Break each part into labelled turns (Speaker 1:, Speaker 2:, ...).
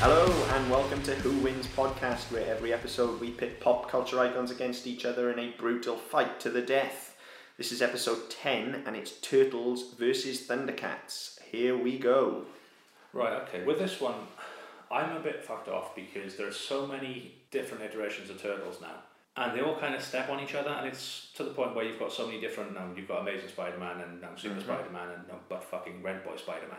Speaker 1: Hello and welcome to Who Wins podcast, where every episode we pit pop culture icons against each other in a brutal fight to the death. This is episode 10 and it's Turtles versus Thundercats. Here we go.
Speaker 2: Right, okay. With this one, I'm a bit fucked off because there are so many different iterations of Turtles now. And they all kind of step on each other, and it's to the point where you've got so many different. Now you've got Amazing Spider-Man and now Super Spider-Man and now butt fucking Red Boy Spider-Man.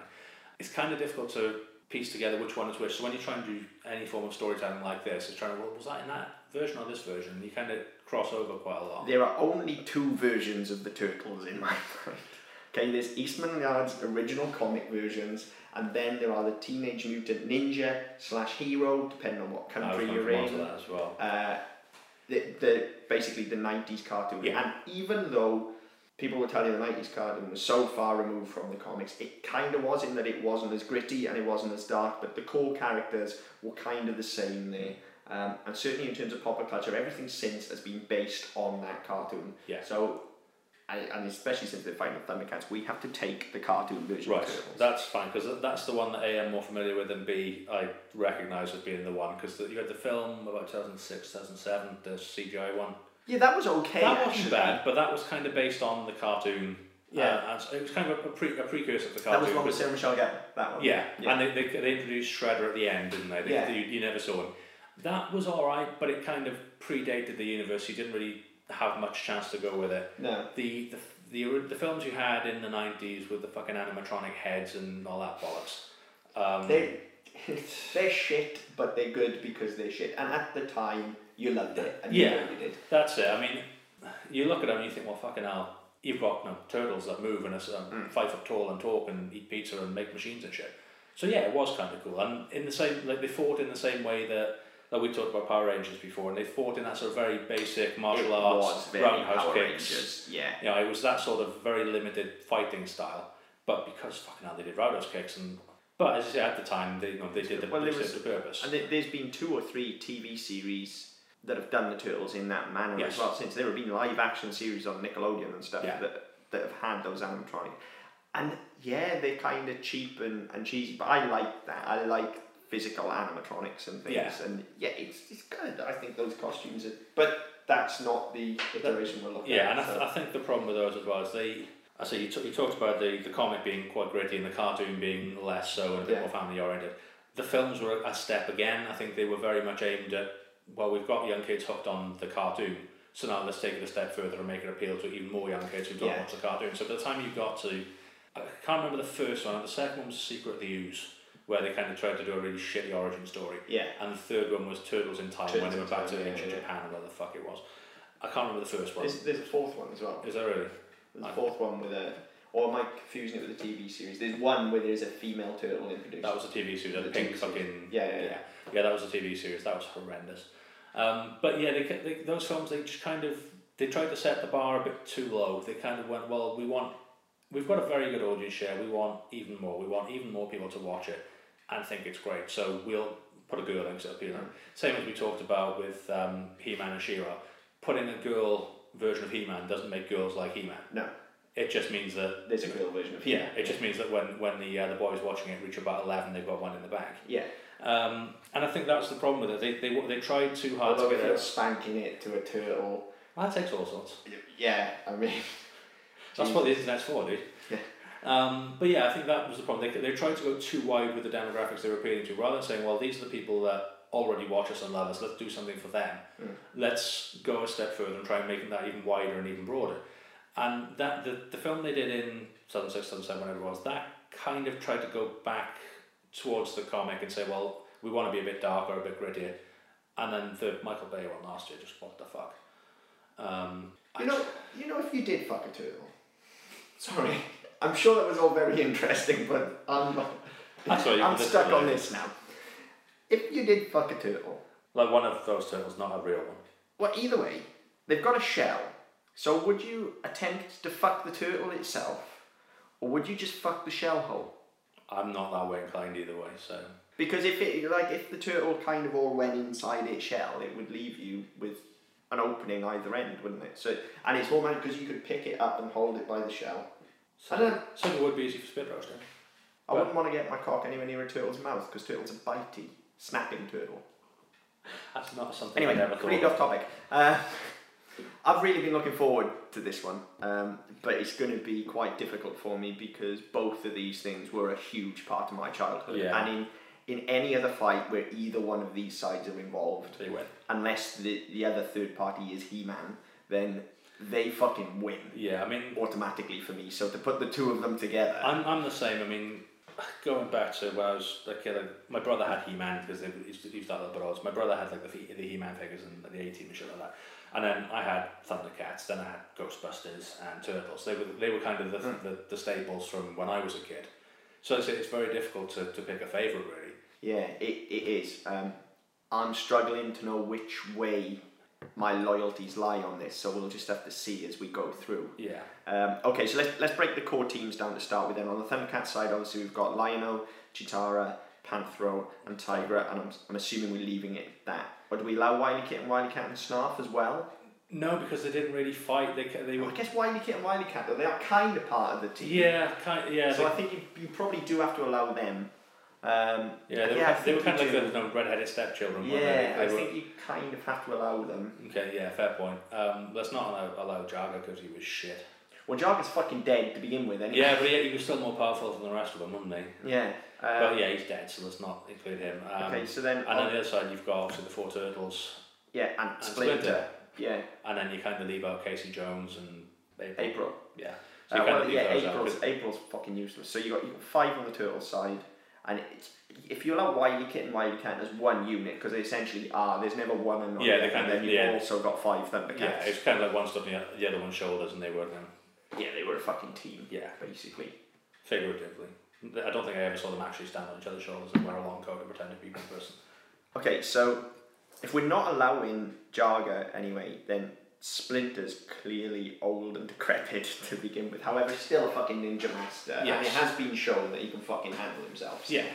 Speaker 2: It's kind of difficult to piece together which one is which. So when you try and do any form of storytelling like this, it's trying to well, was that in that version or this version? And you kind of cross over quite a lot.
Speaker 1: There are only two versions of the Turtles in my mind. Okay, there's Eastman Yard's original comic versions, and then there are the Teenage Mutant Ninja slash Hero, depending on what
Speaker 2: I was
Speaker 1: country
Speaker 2: gonna
Speaker 1: you're
Speaker 2: come on to
Speaker 1: in.
Speaker 2: that as well.
Speaker 1: uh, the, the basically the 90s cartoon.
Speaker 2: Yeah.
Speaker 1: And even though people were telling you the 90s cartoon was so far removed from the comics, it kind of was in that it wasn't as gritty and it wasn't as dark, but the core characters were kind of the same there. Um, and certainly in terms of popular culture, everything since has been based on that cartoon.
Speaker 2: Yeah.
Speaker 1: So, and and especially since they're fighting the Thundercats, we have to take the cartoon version
Speaker 2: Right,
Speaker 1: of Turtles.
Speaker 2: that's fine because that's the one that A am more familiar with, and B I recognise as being the one because you had the film about 2006, 2007, the CGI one.
Speaker 1: yeah, that was okay.
Speaker 2: that
Speaker 1: actually.
Speaker 2: wasn't bad, but that was kind of based on the cartoon.
Speaker 1: Yeah.
Speaker 2: uh, and so it was kind of a, pre- a precursor to the
Speaker 1: That
Speaker 2: cartoon.
Speaker 1: was one with
Speaker 2: but-
Speaker 1: Sarah Michelle Gellar. That one.
Speaker 2: yeah, and they, they, they introduced Shredder at the end, didn't they? they
Speaker 1: Yeah.
Speaker 2: you, you never saw him. That was all right, but it kind of predated the universe. You didn't really have much chance to go with it.
Speaker 1: No.
Speaker 2: The the the, ori- the films you had in the nineties with the fucking animatronic heads and all that bollocks. Um,
Speaker 1: They they're shit, but they're good because they're shit. And at the time, you loved it, and you
Speaker 2: Yeah.
Speaker 1: really did.
Speaker 2: That's it. I mean, you look at them and you think, well, fucking hell, you've got you know, turtles that move and are s- um,
Speaker 1: Mm.
Speaker 2: five foot tall and talk and eat pizza and make machines and shit. So yeah, it was kind of cool. And in the same, like they fought in the same way that that we talked about Power Rangers before, and they fought in that sort of very basic martial
Speaker 1: It was
Speaker 2: arts
Speaker 1: very
Speaker 2: roundhouse
Speaker 1: Power
Speaker 2: kicks.
Speaker 1: Rangers, yeah.
Speaker 2: You know, it was that sort of very limited fighting style. But because fucking hell, they did roundhouse kicks and. But as I say, at the time, they you know, they did the
Speaker 1: Well,
Speaker 2: they
Speaker 1: there was-
Speaker 2: served the purpose.
Speaker 1: And there- there's been two or three TV series that have done the turtles in that manner as
Speaker 2: Yes.
Speaker 1: well. Since there have been live action series on Nickelodeon and stuff
Speaker 2: Yeah.
Speaker 1: that that have had those animatronic. And yeah, they're kind of cheap and, and cheesy, but I like that. I like physical animatronics and things.
Speaker 2: Yeah.
Speaker 1: And yeah, it's, it's good. I think those costumes are. But that's not the iteration we're looking at.
Speaker 2: Yeah, and I,
Speaker 1: so-
Speaker 2: th- I think the problem with those as well is they. I see you, t- you talked about the, the comic being quite gritty and the cartoon being less so and a bit
Speaker 1: Yeah.
Speaker 2: more family oriented. The films were a step again. I think they were very much aimed at well, we've got young kids hooked on the cartoon, so now let's take it a step further and make it appeal to even more young kids who don't
Speaker 1: Yeah.
Speaker 2: watch the cartoon. So by the time you got to, I can't remember the first one. The second one was Secret of the Ooze, where they kind of tried to do a really shitty origin story.
Speaker 1: Yeah.
Speaker 2: And the third one was Turtles in Time
Speaker 1: Turtles
Speaker 2: when they
Speaker 1: in
Speaker 2: were back
Speaker 1: Time,
Speaker 2: to
Speaker 1: yeah,
Speaker 2: ancient
Speaker 1: yeah.
Speaker 2: Japan or whatever the fuck it was. I can't remember the first one.
Speaker 1: There's, there's a fourth one as well.
Speaker 2: Is that really?
Speaker 1: There's a fourth one with a. Or am I confusing it with a TV series? There's one where there's a female turtle introduced.
Speaker 2: That was a TV series, a
Speaker 1: The
Speaker 2: pink
Speaker 1: TV series.
Speaker 2: fucking.
Speaker 1: Yeah, yeah, yeah.
Speaker 2: Yeah, that was a TV series. That was horrendous. Um, but yeah, they, ca- they, those films, they just kind of. They tried to set the bar a bit too low. They kind of went, well, we want. We've got a very good audience share. We want even more. We want even more people to watch it and think it's great. So we'll put a girl into it. You
Speaker 1: Mm-hmm.
Speaker 2: know? Same as we talked about with um, He Man and She Ra. Putting a girl version of He Man doesn't make girls like He Man.
Speaker 1: No,
Speaker 2: It just means that
Speaker 1: there's a girl version of
Speaker 2: yeah, it just means that when when the uh, the boys watching it reach about eleven, they've got one in the bag.
Speaker 1: Yeah.
Speaker 2: Um, and I think that's the problem with it. They they, they tried too hard
Speaker 1: Although
Speaker 2: to
Speaker 1: if
Speaker 2: get
Speaker 1: you're
Speaker 2: it.
Speaker 1: spanking it to a turtle.
Speaker 2: That takes all sorts.
Speaker 1: Yeah, I mean.
Speaker 2: That's what the internet's for, dude.
Speaker 1: Yeah.
Speaker 2: Um, but yeah, I think that was the problem. They, they tried to go too wide with the demographics they were appealing to, rather than saying, well, these are the people that already watch us and love us. Let's do something for them.
Speaker 1: Mm.
Speaker 2: Let's go a step further and try and make that even wider and even broader. And that the, the film they did in 2006, 2007, whenever it was, that kind of tried to go back towards the comic and say, well, we want to be a bit darker, a bit grittier. And then the Michael Bay one last year, just what the fuck. Um,
Speaker 1: You know, you know, if you did fuck a turtle. Sorry. I'm sure that was all very interesting, but I'm,
Speaker 2: That's why you
Speaker 1: I'm
Speaker 2: can
Speaker 1: stuck
Speaker 2: listen to
Speaker 1: on
Speaker 2: it.
Speaker 1: this now. If you did fuck a turtle,
Speaker 2: Like one of those turtles, not a real one.
Speaker 1: well, either way, they've got a shell. So would you attempt to fuck the turtle itself, or would you just fuck the shell hole?
Speaker 2: I'm not that way inclined either way, so
Speaker 1: Because if it like if the turtle kind of all went inside its shell, it would leave you with an opening either end, wouldn't it? So and it's all because you could pick it up and hold it by the shell.
Speaker 2: so,
Speaker 1: I don't-
Speaker 2: so it would be easy for spit roasting.
Speaker 1: I wouldn't want to get my cock anywhere near a turtle's mouth because turtles are bitey. snapping turtle.
Speaker 2: That's not something
Speaker 1: Anyway,
Speaker 2: I never thought.
Speaker 1: completely
Speaker 2: of.
Speaker 1: off topic. Uh, I've really been looking forward to this one, um, but it's going to be quite difficult for me because both of these things were a huge part of my childhood.
Speaker 2: Yeah.
Speaker 1: And in, in any other fight where either one of these sides are involved,
Speaker 2: They win.
Speaker 1: unless the, the other third party is He Man, then they fucking win
Speaker 2: Yeah, I mean,
Speaker 1: automatically for me. So to put the two of them together,
Speaker 2: I'm, I'm the same. I mean, going back to when I was a kid, like, my brother had He Man because they used to use that little bros. My brother had like the, He- the He Man figures and the A Team and shit like that. And then I had Thundercats, then I had Ghostbusters and Turtles. They were, they were kind of the,
Speaker 1: Hmm.
Speaker 2: the, the staples from when I was a kid. So I say it's very difficult to, to pick a favourite, really.
Speaker 1: yeah, it, it is. Um, I'm struggling to know which way my loyalties lie on this, so we'll just have to see as we go through.
Speaker 2: Yeah.
Speaker 1: Um, okay, so let's, let's break the core teams down to start with. Then on the Thundercats side, obviously we've got Lionel, Chitara, Panthro, and Tigra, and I'm, I'm assuming we're leaving it at that. Or do we allow Wily Kit and Wily Cat and Snarf as well?
Speaker 2: No, because they didn't really fight. They, ca- they
Speaker 1: I
Speaker 2: were.
Speaker 1: guess Wily Kit and Wily Cat though they are kind of part of the team.
Speaker 2: Yeah, kind yeah.
Speaker 1: So
Speaker 2: they,
Speaker 1: I think you, you probably do have to allow them. Um,
Speaker 2: yeah, they,
Speaker 1: yeah, I
Speaker 2: were, they were
Speaker 1: think
Speaker 2: kind of
Speaker 1: you
Speaker 2: like the no, red-headed stepchildren. weren't they?
Speaker 1: yeah,
Speaker 2: they
Speaker 1: I
Speaker 2: were-
Speaker 1: think you kind of have to allow them.
Speaker 2: Okay, yeah, fair point. Um, let's not allow, allow Jaga because he was shit.
Speaker 1: Well, Jargon's fucking dead to begin with, anyway.
Speaker 2: Yeah, but he, he was still more powerful than the rest of them, wasn't he?
Speaker 1: Yeah. Uh,
Speaker 2: but yeah, he's dead, so let's not include him. Um,
Speaker 1: okay, so then.
Speaker 2: And on
Speaker 1: on-
Speaker 2: the other side, you've got obviously the four turtles
Speaker 1: yeah, and,
Speaker 2: and
Speaker 1: Splinter.
Speaker 2: Splinter,
Speaker 1: Yeah,
Speaker 2: and then you kind of leave out Casey Jones and April.
Speaker 1: April.
Speaker 2: Yeah, so
Speaker 1: Uh,
Speaker 2: you kind
Speaker 1: well,
Speaker 2: of leave
Speaker 1: yeah,
Speaker 2: those out,
Speaker 1: April's,
Speaker 2: 'cause-
Speaker 1: April's fucking useless. So you got, you got five on the turtle side, and it's, if you allow Wily Kit and Wily Cat as one unit, because they essentially are, there's never one and
Speaker 2: Yeah, they
Speaker 1: and
Speaker 2: kind
Speaker 1: then
Speaker 2: of-
Speaker 1: you've
Speaker 2: yeah.
Speaker 1: also got five Thundercats.
Speaker 2: yeah, it's kind of like one stood on the- the other one's shoulders, and they were them.
Speaker 1: yeah, they were a fucking team,
Speaker 2: Yeah,
Speaker 1: basically.
Speaker 2: figuratively. I don't think I ever saw them actually stand on each other's shoulders and wear a long coat and pretend to be one person.
Speaker 1: Okay, so if we're not allowing Jarga anyway, then Splinter's clearly old and decrepit to begin with. However, still a fucking ninja master, and
Speaker 2: Yes.
Speaker 1: it has been shown that he can fucking handle himself.
Speaker 2: Yeah,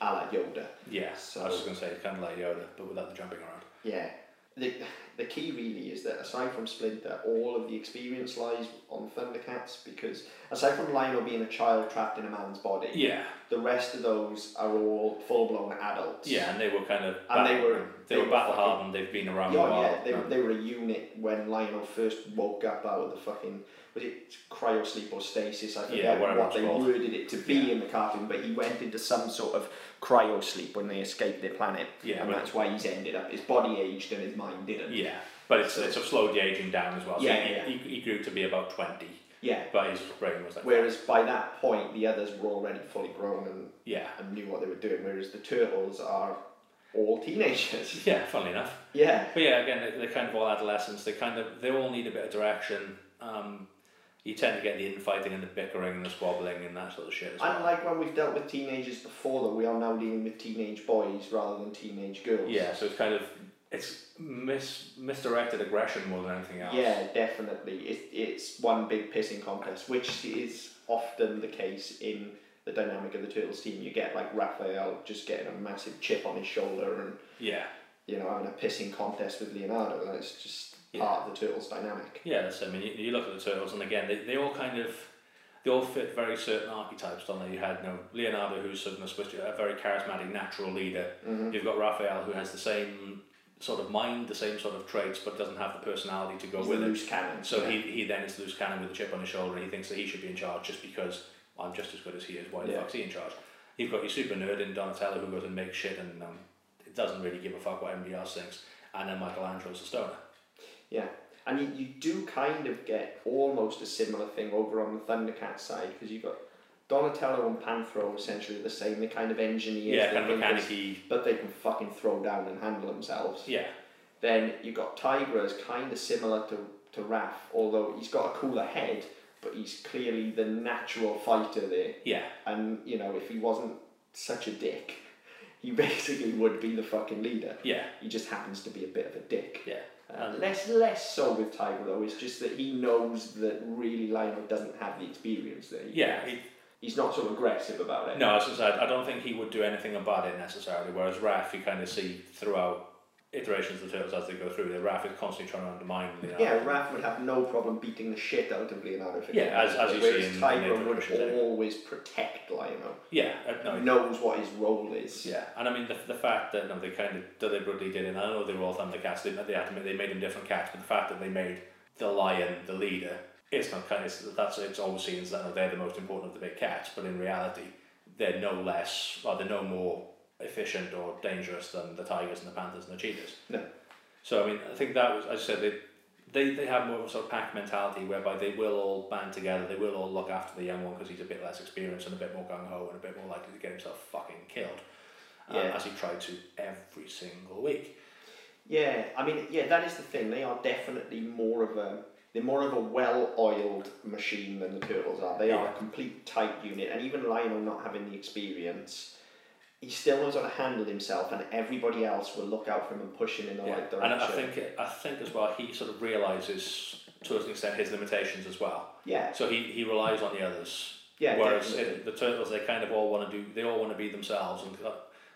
Speaker 1: a la Yoda.
Speaker 2: yeah. I
Speaker 1: So-
Speaker 2: was just gonna say it's kind of like Yoda, but without the jumping around.
Speaker 1: Yeah. The, the key really is that aside from Splinter, all of the experience lies on Thundercats because aside from Lionel being a child trapped in a man's body,
Speaker 2: Yeah,
Speaker 1: the rest of those are all full blown adults.
Speaker 2: Yeah, and they were kind of.
Speaker 1: And they were-
Speaker 2: They,
Speaker 1: they
Speaker 2: were
Speaker 1: were
Speaker 2: battle hardened. They've been around
Speaker 1: Yeah,
Speaker 2: a while.
Speaker 1: yeah, they,
Speaker 2: Um,
Speaker 1: they were a unit when Lionel first woke up out of the fucking was it cryo sleep or stasis? I forget
Speaker 2: Yeah, whatever
Speaker 1: what
Speaker 2: it's
Speaker 1: they
Speaker 2: called.
Speaker 1: worded it to be in the cartoon, but he went into some sort of cryo sleep when they escaped their planet,
Speaker 2: Yeah,
Speaker 1: and
Speaker 2: but-
Speaker 1: that's why he's ended up. His body aged and his mind didn't.
Speaker 2: yeah, but it's it's slowed the aging down as well. So
Speaker 1: Yeah,
Speaker 2: he,
Speaker 1: yeah.
Speaker 2: He, he grew to be about twenty,
Speaker 1: Yeah.
Speaker 2: but his brain was like.
Speaker 1: Whereas by that point, the others were already fully grown and,
Speaker 2: Yeah,
Speaker 1: and knew what they were doing, whereas the turtles are all teenagers.
Speaker 2: yeah. Funnily enough,
Speaker 1: yeah.
Speaker 2: but yeah, again, they, they're kind of all adolescents. They kind of they all need a bit of direction. Um, you tend to get the infighting and the bickering and the squabbling and that sort of shit as well.
Speaker 1: Unlike when we've dealt with teenagers before, though, we are now dealing with teenage boys rather than teenage girls.
Speaker 2: Yeah, so it's kind of it's mis misdirected aggression more than anything else.
Speaker 1: Yeah, definitely. It, it's one big pissing contest, which is often the case in the dynamic of the Turtles team. You get like Raphael just getting a massive chip on his shoulder and,
Speaker 2: Yeah.
Speaker 1: you know, having a pissing contest with Leonardo. And it's just
Speaker 2: Yeah.
Speaker 1: part of the Turtles dynamic.
Speaker 2: Yeah, that's it. I mean, you, you look at the turtles, and again, they, they all kind of they all fit very certain archetypes, don't they? You had you know, Leonardo, who's sort of supposed to be a very charismatic, natural leader.
Speaker 1: Mm-hmm.
Speaker 2: You've got Raphael, who has the same sort of mind, the same sort of traits, but doesn't have the personality to go
Speaker 1: He's the
Speaker 2: with it.
Speaker 1: loose cannon.
Speaker 2: So he, he then is loose cannon with a chip on his shoulder, and he thinks that he should be in charge just because I'm just as good as he is. Why the
Speaker 1: Yeah.
Speaker 2: fuck's he in charge? You've got your super nerd in Donatello who goes and makes shit and um, it doesn't really give a fuck what anybody else thinks. And then Michelangelo's a stoner.
Speaker 1: Yeah. And you, you do kind of get almost a similar thing over on the Thundercat side because you've got Donatello and Panthro are essentially the same. They're kind of engineers.
Speaker 2: Yeah,
Speaker 1: they're
Speaker 2: kind of
Speaker 1: thinkers,
Speaker 2: mechanic
Speaker 1: But they can fucking throw down and handle themselves.
Speaker 2: Yeah,
Speaker 1: Then you've got Tigra is kind of similar to, to Raph, although he's got a cooler head, but he's clearly the natural fighter there.
Speaker 2: yeah.
Speaker 1: And, you know, if he wasn't such a dick, he basically would be the fucking leader.
Speaker 2: Yeah,
Speaker 1: He just happens to be a bit of a dick.
Speaker 2: yeah.
Speaker 1: Uh, less less so with Tiger though. It's just that he knows that really Lionel doesn't have the experience there.
Speaker 2: yeah, he,
Speaker 1: He's not so aggressive about it.
Speaker 2: no, as I said, I don't think he would do anything about it necessarily, whereas Raph, you kind of see throughout iterations of the Turtles as they go through. The Raph is constantly trying to undermine Leonardo.
Speaker 1: Yeah, Raph would have no problem beating the shit out of Leonardo. if it
Speaker 2: Yeah,
Speaker 1: was,
Speaker 2: as- as you
Speaker 1: whereas
Speaker 2: see in- in
Speaker 1: Tigra
Speaker 2: later versions,
Speaker 1: would
Speaker 2: anyway.
Speaker 1: always protect Lionel.
Speaker 2: Yeah, uh, no,
Speaker 1: knows what his role is.
Speaker 2: Yeah, and I mean the, the fact that no, they kind of deliberately did it. And I know they were all Thundercats. They they had to make, they made them different cats, but the fact that they made the lion the leader, it's not kind of that's it's always seen as that no, they're the most important of the big cats, but in reality, they're no less, or they're no more efficient or dangerous than the tigers and the panthers and the cheetahs.
Speaker 1: No.
Speaker 2: So I mean, I think that was as I said they. They, they have more of a sort of pack mentality whereby they will all band together, they will all look after the young one because he's a bit less experienced and a bit more gung ho and a bit more likely to get himself fucking killed um,
Speaker 1: Yeah.
Speaker 2: as he tried to every single week.
Speaker 1: Yeah, I mean, yeah, that is the thing. They are definitely more of a they're more of a well-oiled machine than the turtles are. They are a
Speaker 2: Yeah.
Speaker 1: complete tight unit, and even Lionel not having the experience, he still knows how to handle himself, and everybody else will look out for him and push him in the
Speaker 2: Yeah.
Speaker 1: right direction.
Speaker 2: And I think I think as well he sort of realizes to an extent his limitations as well.
Speaker 1: yeah,
Speaker 2: So he, he relies on the others.
Speaker 1: Yeah,
Speaker 2: Whereas
Speaker 1: definitely.
Speaker 2: in the turtles, they kind of all want to do. They all want to be themselves, and uh,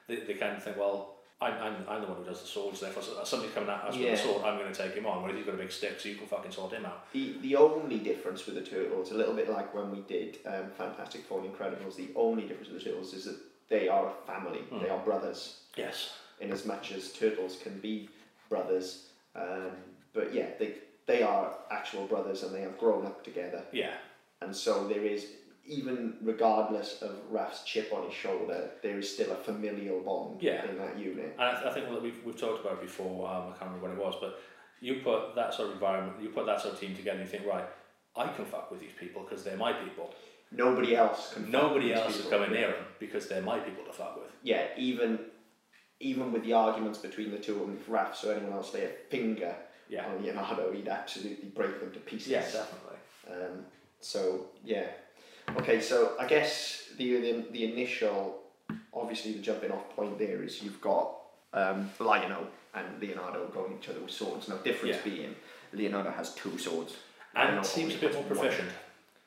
Speaker 2: they, they kind of think, well, I'm, I'm, I'm the one who does the swords. Therefore, so- uh, somebody's coming at us
Speaker 1: Yeah.
Speaker 2: with a sword. I'm going to take him on. Whereas he's got a big stick, so you can fucking sort him out.
Speaker 1: The, the only difference with the Turtles, a little bit like when we did um, Fantastic Four and Incredibles, the only difference with the Turtles is that they are a family.
Speaker 2: Hmm.
Speaker 1: They are brothers,
Speaker 2: Yes.
Speaker 1: in as much as Turtles can be brothers. Um, but yeah, they, they are actual brothers and they have grown up together.
Speaker 2: Yeah.
Speaker 1: And so there is, even regardless of Raph's chip on his shoulder, there is still a familial bond
Speaker 2: Yeah.
Speaker 1: in that unit.
Speaker 2: And I, th- I think what we've, we've talked about before, um, I can't remember when it was, but you put that sort of environment, you put that sort of team together, and you think, right, I can fuck with these people because they're my people.
Speaker 1: Nobody else can. fuck
Speaker 2: Nobody
Speaker 1: with these
Speaker 2: else is
Speaker 1: people.
Speaker 2: coming near them because they're my people to fuck with.
Speaker 1: yeah, even even with the arguments between the two of them, if Raphs or anyone else lay a finger
Speaker 2: Yeah.
Speaker 1: on Leonardo, he'd absolutely break them to pieces.
Speaker 2: Yeah, definitely.
Speaker 1: Um, so yeah, okay. So I guess the the, the initial, obviously the jumping off point there is you've got um, Lionel and Leonardo going at each other with swords. Now difference
Speaker 2: Yeah.
Speaker 1: being Leonardo has two swords.
Speaker 2: And
Speaker 1: Lionel
Speaker 2: it seems a
Speaker 1: only
Speaker 2: bit more
Speaker 1: has one.
Speaker 2: proficient.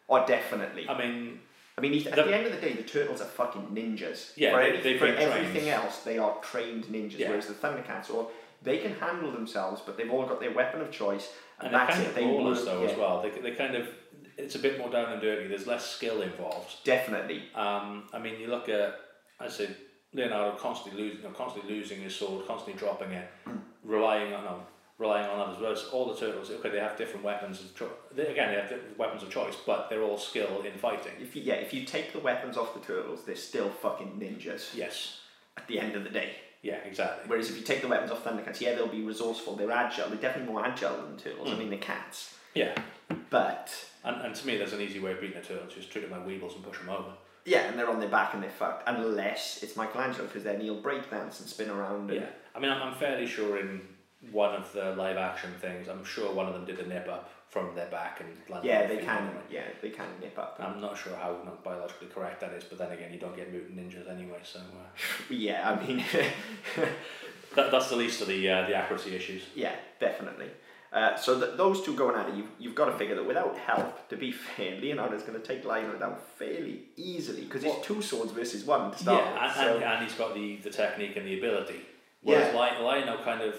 Speaker 1: Oh, definitely.
Speaker 2: I mean,
Speaker 1: I mean, he's- at
Speaker 2: The-
Speaker 1: the end of the day, the turtles are fucking ninjas.
Speaker 2: Yeah,
Speaker 1: for,
Speaker 2: they-
Speaker 1: any-
Speaker 2: they've
Speaker 1: for
Speaker 2: been trained.
Speaker 1: everything else, they are trained ninjas.
Speaker 2: Yeah.
Speaker 1: Whereas the Thundercats, or they can handle themselves, but they've all got their weapon of choice, and,
Speaker 2: and they're
Speaker 1: that's
Speaker 2: kind
Speaker 1: it.
Speaker 2: of
Speaker 1: They
Speaker 2: brawlers
Speaker 1: work-
Speaker 2: though
Speaker 1: yeah,
Speaker 2: as well. They, they kind of, it's a bit more down and dirty. There's less skill involved.
Speaker 1: Definitely.
Speaker 2: Um, I mean, you look at, I said, Leonardo constantly losing, constantly losing his sword, constantly dropping it, relying on um, relying on others. Whereas all the turtles, okay, they have different weapons. Of cho- they, again, they have different weapons of choice, but they're all skilled in fighting.
Speaker 1: If you, yeah, if you take the weapons off the turtles, they're still fucking ninjas
Speaker 2: Yes.
Speaker 1: at the end of the day.
Speaker 2: Yeah. Exactly.
Speaker 1: Whereas if you take the weapons off Thundercats, yeah, they'll be resourceful. They're agile. They're definitely more agile than the turtles. I mean, they're cats,
Speaker 2: Yeah.
Speaker 1: but
Speaker 2: And, and to me, there's an easy way of beating the turtles. Just treat them like weebles and push them over.
Speaker 1: yeah, and they're on their back and they're fucked. Unless it's Michelangelo, because then he'll breakdance and spin around. And,
Speaker 2: Yeah. I mean, I'm, I'm fairly sure in one of the live action things, I'm sure one of them did a nip up from their back and landed. on
Speaker 1: Yeah,
Speaker 2: their
Speaker 1: they
Speaker 2: feet
Speaker 1: can.
Speaker 2: anyway.
Speaker 1: Yeah, they can nip up.
Speaker 2: I'm not sure how not biologically correct that is, but then again, you don't get mutant ninjas anyway, so uh,
Speaker 1: Yeah, I mean,
Speaker 2: that, that's the least of the uh, the accuracy issues.
Speaker 1: yeah, definitely. Uh, so th- those two going at it, you've, you've got to figure that without help, to be fair, Leonardo's going to take Lionel down fairly easily because it's two swords versus one to start
Speaker 2: yeah,
Speaker 1: with.
Speaker 2: and,
Speaker 1: So
Speaker 2: and, and he's got the, the technique and the ability. Whereas
Speaker 1: Yeah.
Speaker 2: Lion Lionel kind of,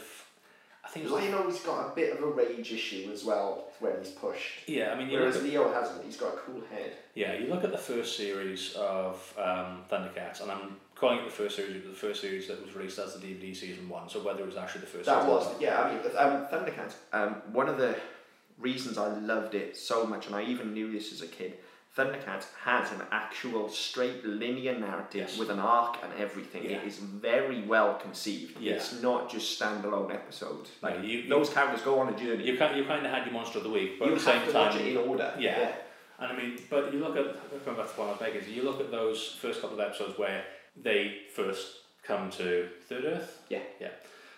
Speaker 2: I think. It was,
Speaker 1: Lionel's got a bit of a rage issue as well when he's pushed,
Speaker 2: yeah, I mean, you look
Speaker 1: whereas
Speaker 2: at,
Speaker 1: Leo hasn't. He's got a cool head.
Speaker 2: yeah, you look at the first series of um, Thundercats, and I'm calling it the first series, it was the first series that was released as the DVD season one. So whether it was actually the first.
Speaker 1: That
Speaker 2: season
Speaker 1: was,
Speaker 2: or not.
Speaker 1: yeah. I mean, um, Thundercats. Um, one of the reasons I loved it so much, and I even knew this as a kid, Thundercats has an actual straight linear narrative
Speaker 2: Yes.
Speaker 1: with an arc and everything.
Speaker 2: Yeah.
Speaker 1: It is very well conceived.
Speaker 2: Yeah.
Speaker 1: It's not just standalone episodes. Like
Speaker 2: No, you-
Speaker 1: those characters go on a journey.
Speaker 2: You kind you kind of had your monster of the week, but
Speaker 1: You
Speaker 2: at the same
Speaker 1: have to
Speaker 2: time,
Speaker 1: watch it in order.
Speaker 2: Yeah. And I mean, but you look at going back to the point I was making. is You look at those first couple of episodes where they first come to Third Earth.
Speaker 1: Yeah.
Speaker 2: Yeah.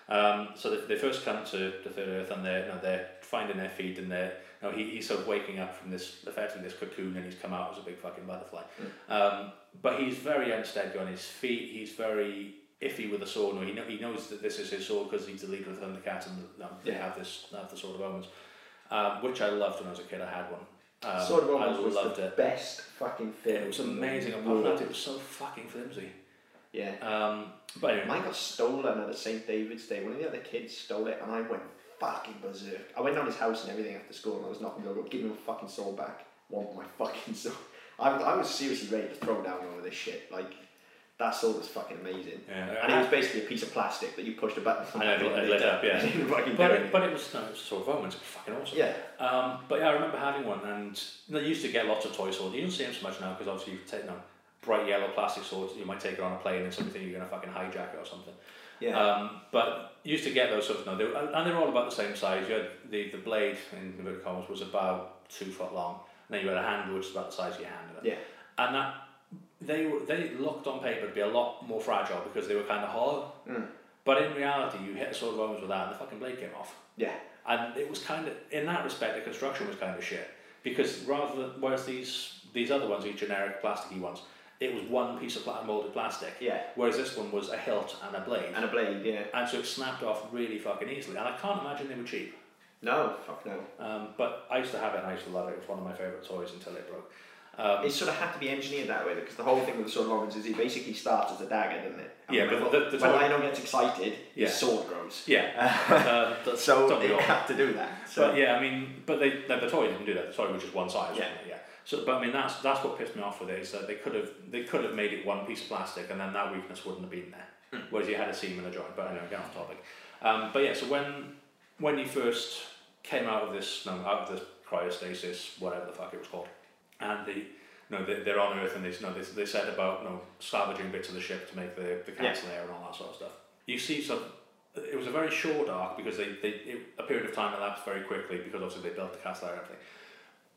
Speaker 2: Um, so they, they first come to, to Third Earth and they're, you know, they're finding their feet and they're you know, he, he's sort of waking up from this effectively this cocoon and he's come out as a big fucking butterfly. Um, but he's very unsteady on his feet. He's very iffy with the sword. Or he, know, he knows that this is his sword because he's the leader of the Thundercats and you know, they
Speaker 1: Yeah.
Speaker 2: have this they have the sword of omens, um, which I loved when I was a kid. I had one. Um,
Speaker 1: Sword of Omens
Speaker 2: I
Speaker 1: was
Speaker 2: loved
Speaker 1: the
Speaker 2: it.
Speaker 1: best fucking film.
Speaker 2: It was
Speaker 1: in the
Speaker 2: amazing. Apart from
Speaker 1: world.
Speaker 2: that, it was so fucking flimsy.
Speaker 1: Yeah.
Speaker 2: Um, but anyway,
Speaker 1: Mine got stolen at a St. David's Day. One of the other kids stole it, and I went fucking berserk. I went down his house and everything after school, and I was knocking on the door, give me my fucking soul back. Want my fucking soul. I, was- I was seriously ready to throw down over this shit. Like, that soul was fucking amazing.
Speaker 2: Yeah,
Speaker 1: and it was basically a piece of plastic that you pushed a button.
Speaker 2: And it lit- it lit up, yeah.
Speaker 1: You fucking
Speaker 2: but
Speaker 1: do
Speaker 2: it,
Speaker 1: it.
Speaker 2: but it was no, it was sort of Owen's. It was fucking awesome.
Speaker 1: Yeah.
Speaker 2: Um, but yeah, I remember having one, and they used to get lots of toy swords. You don't see them so much now because obviously you take you know, bright yellow plastic swords. You might take it on a plane and something you're gonna fucking hijack it or something.
Speaker 1: Yeah.
Speaker 2: Um, but you used to get those sort of no, they were, and they were all about the same size. You had the, the blade in inverted commas was about two foot long, and then you had a handle which is about the size of your hand.
Speaker 1: yeah.
Speaker 2: And that they were they looked on paper to be a lot more fragile because they were kind of hollow.
Speaker 1: Mm.
Speaker 2: But in reality, you hit a sword of Romans with that, and the fucking blade came off.
Speaker 1: Yeah.
Speaker 2: And it was kind of in that respect, the construction was kind of shit because rather than whereas these these other ones, these generic plasticky ones, it was one piece of pla- molded plastic.
Speaker 1: Yeah.
Speaker 2: Whereas this one was a hilt and a blade.
Speaker 1: And a blade, yeah.
Speaker 2: And so it snapped off really fucking easily. And I can't imagine they were cheap.
Speaker 1: No, fuck no.
Speaker 2: Um, but I used to have it and I used to love it. It was one of my favourite toys until it broke. Um,
Speaker 1: It sort of had to be engineered that way because the whole thing with the sword of Romans is it basically starts as a dagger, doesn't it? And
Speaker 2: Yeah,
Speaker 1: when
Speaker 2: but
Speaker 1: Lionel-
Speaker 2: the- the
Speaker 1: when
Speaker 2: toy-
Speaker 1: Lionel gets excited,
Speaker 2: Yeah.
Speaker 1: his sword grows.
Speaker 2: yeah. uh, that's-
Speaker 1: So
Speaker 2: don't we
Speaker 1: they
Speaker 2: all?
Speaker 1: had to do that. So
Speaker 2: But yeah, I mean, but they the, the toy didn't do that. The toy was just one size.
Speaker 1: Yeah.
Speaker 2: wasn't it? yeah. So, but I mean, that's that's what pissed me off with it is that they could have they could have made it one piece of plastic, and then that weakness wouldn't have been there.
Speaker 1: Hmm.
Speaker 2: Whereas you had a seam and a joint. But anyway, get off topic. Um, but yeah, so when when you first came out of this no, out of this cryostasis, whatever the fuck it was called, and the no, they, they're on Earth, and they no, they, they said about no salvaging bits of the ship to make the the cancel air and all that sort of stuff. You see some it was a very short arc because they, they it, a period of time elapsed very quickly because obviously they built the castle and everything.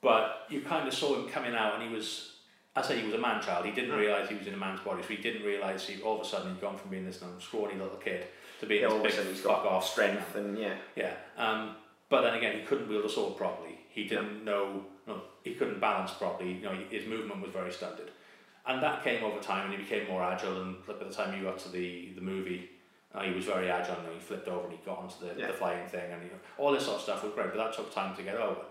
Speaker 2: But you kind of saw him coming out, and he was, I say he was a man child. He
Speaker 1: Mm.
Speaker 2: didn't realize he was in a man's body, so he didn't realize he all of a sudden he'd gone from being this um, scrawny little kid to being
Speaker 1: Yeah, all of a
Speaker 2: this big
Speaker 1: sudden he's
Speaker 2: fuck
Speaker 1: got
Speaker 2: off
Speaker 1: strength and yeah.
Speaker 2: Yeah, um, but then again, he couldn't wield a sword properly. He didn't know, no, he couldn't balance properly. You know, his movement was very stunted, and that came over time, and he became more agile. And by the time you got to the the movie, uh, he was very agile, and he flipped over and he got onto the,
Speaker 1: Yeah.
Speaker 2: the flying thing, and he, all this sort of stuff was great. But that took time to get over.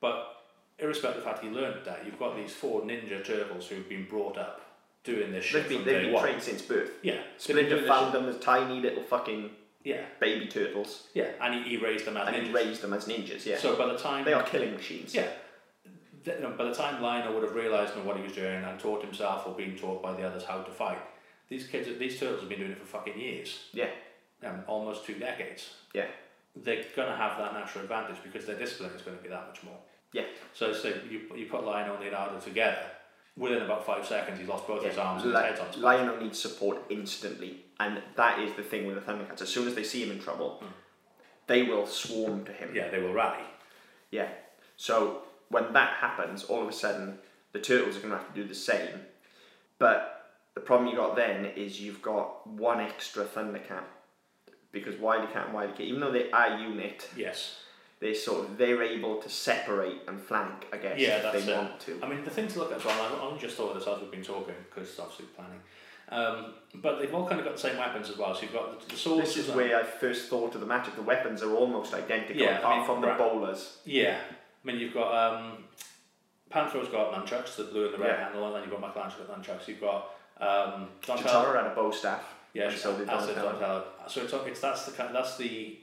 Speaker 2: But irrespective of the fact he learned that, you've got these four ninja turtles who've been brought up doing this shit
Speaker 1: They've been,
Speaker 2: from
Speaker 1: they've
Speaker 2: day
Speaker 1: been
Speaker 2: one.
Speaker 1: trained since birth.
Speaker 2: Yeah, they've been doing
Speaker 1: Splinter
Speaker 2: this
Speaker 1: found them as tiny little fucking
Speaker 2: shit- Yeah,
Speaker 1: baby turtles
Speaker 2: yeah, and he, he raised them as
Speaker 1: and he
Speaker 2: ninjas.
Speaker 1: raised them as ninjas, yeah.
Speaker 2: So by the time
Speaker 1: they are killing machines.
Speaker 2: Yeah. Th- you know, by the time Lionel would have realised you know, what he was doing and taught himself or been taught by the others how to fight, these kids, these turtles have been doing it for fucking years,
Speaker 1: Yeah.
Speaker 2: um, almost two decades.
Speaker 1: Yeah.
Speaker 2: They're going to have that natural advantage because their discipline is going to be that much more.
Speaker 1: Yeah.
Speaker 2: So, so you, you put Lionel and Leonardo together, within about five seconds, he's lost both his arms and his
Speaker 1: Li-
Speaker 2: head's on. his-
Speaker 1: Lionel needs support instantly, and that is the thing with the Thundercats. As soon as they see him in trouble, they will swarm to him.
Speaker 2: Hmm. Yeah, they will rally.
Speaker 1: Yeah. So when that happens, all of a sudden the turtles are going to have to do the same. But the problem you got then is you've got one extra Thundercat because Wildcat and Wildcat, even though they are unit,
Speaker 2: Yes.
Speaker 1: they sort of they're able to separate and flank. I guess
Speaker 2: Yeah,
Speaker 1: if
Speaker 2: that's
Speaker 1: they
Speaker 2: it.
Speaker 1: want to.
Speaker 2: I mean, the thing to look at as well, and I've only just thought of this as we've been talking, because it's obviously planning. Um, but they've all kind of got the same weapons as well. So you've got the, the swords.
Speaker 1: This is
Speaker 2: and-
Speaker 1: where I first thought of the magic. The weapons are almost identical,
Speaker 2: Yeah, I
Speaker 1: apart
Speaker 2: mean,
Speaker 1: from the
Speaker 2: right.
Speaker 1: bowlers.
Speaker 2: Yeah. I mean, you've got um, Panthro's got nunchucks, the blue and the red
Speaker 1: Yeah.
Speaker 2: handle, and then you've got Michelangelo's nunchucks. You've got um, Donatello.
Speaker 1: Chitara had a bow staff.
Speaker 2: Yeah,
Speaker 1: and so did
Speaker 2: that's it,
Speaker 1: Donatello.
Speaker 2: Donatello. So it's, it's that's the kind- that's the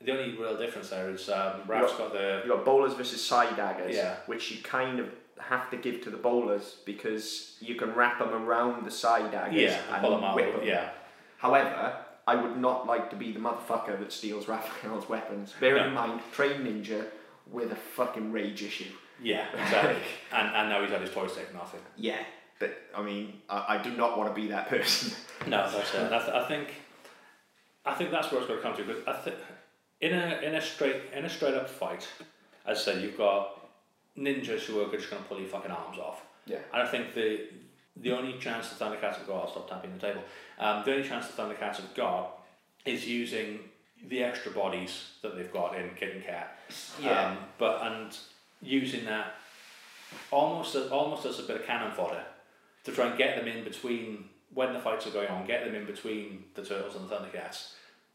Speaker 2: the only real difference there is um, Raph's got the
Speaker 1: You got bowlers versus side daggers,
Speaker 2: Yeah.
Speaker 1: which you kind of have to give to the bowlers because you can wrap them around the side daggers
Speaker 2: yeah,
Speaker 1: and
Speaker 2: pull 'em out,
Speaker 1: whip 'em.
Speaker 2: yeah.
Speaker 1: However, I would not like to be the motherfucker that steals Raphael's weapons. Bear in mind, train ninja with a fucking rage issue.
Speaker 2: Yeah, exactly. and, and now he's had his toys taken off him.
Speaker 1: Yeah, but I mean, I, I do not want to be that person.
Speaker 2: No, that's it. And I, th- I think, I think that's where it's going to come to. Because I think in a in a straight in a straight up fight, as I said, you've got ninjas who are just going to pull your fucking arms off.
Speaker 1: Yeah.
Speaker 2: And I think the the only chance the Thundercats have got, I'll stop tapping the table. Um, the only chance the Thundercats have got is using the extra bodies that they've got in Kid and Cat.
Speaker 1: Yeah.
Speaker 2: Um, but and using that almost as, almost as a bit of cannon fodder to try and get them in between when the fights are going on, get them in between the turtles and the Thundercats,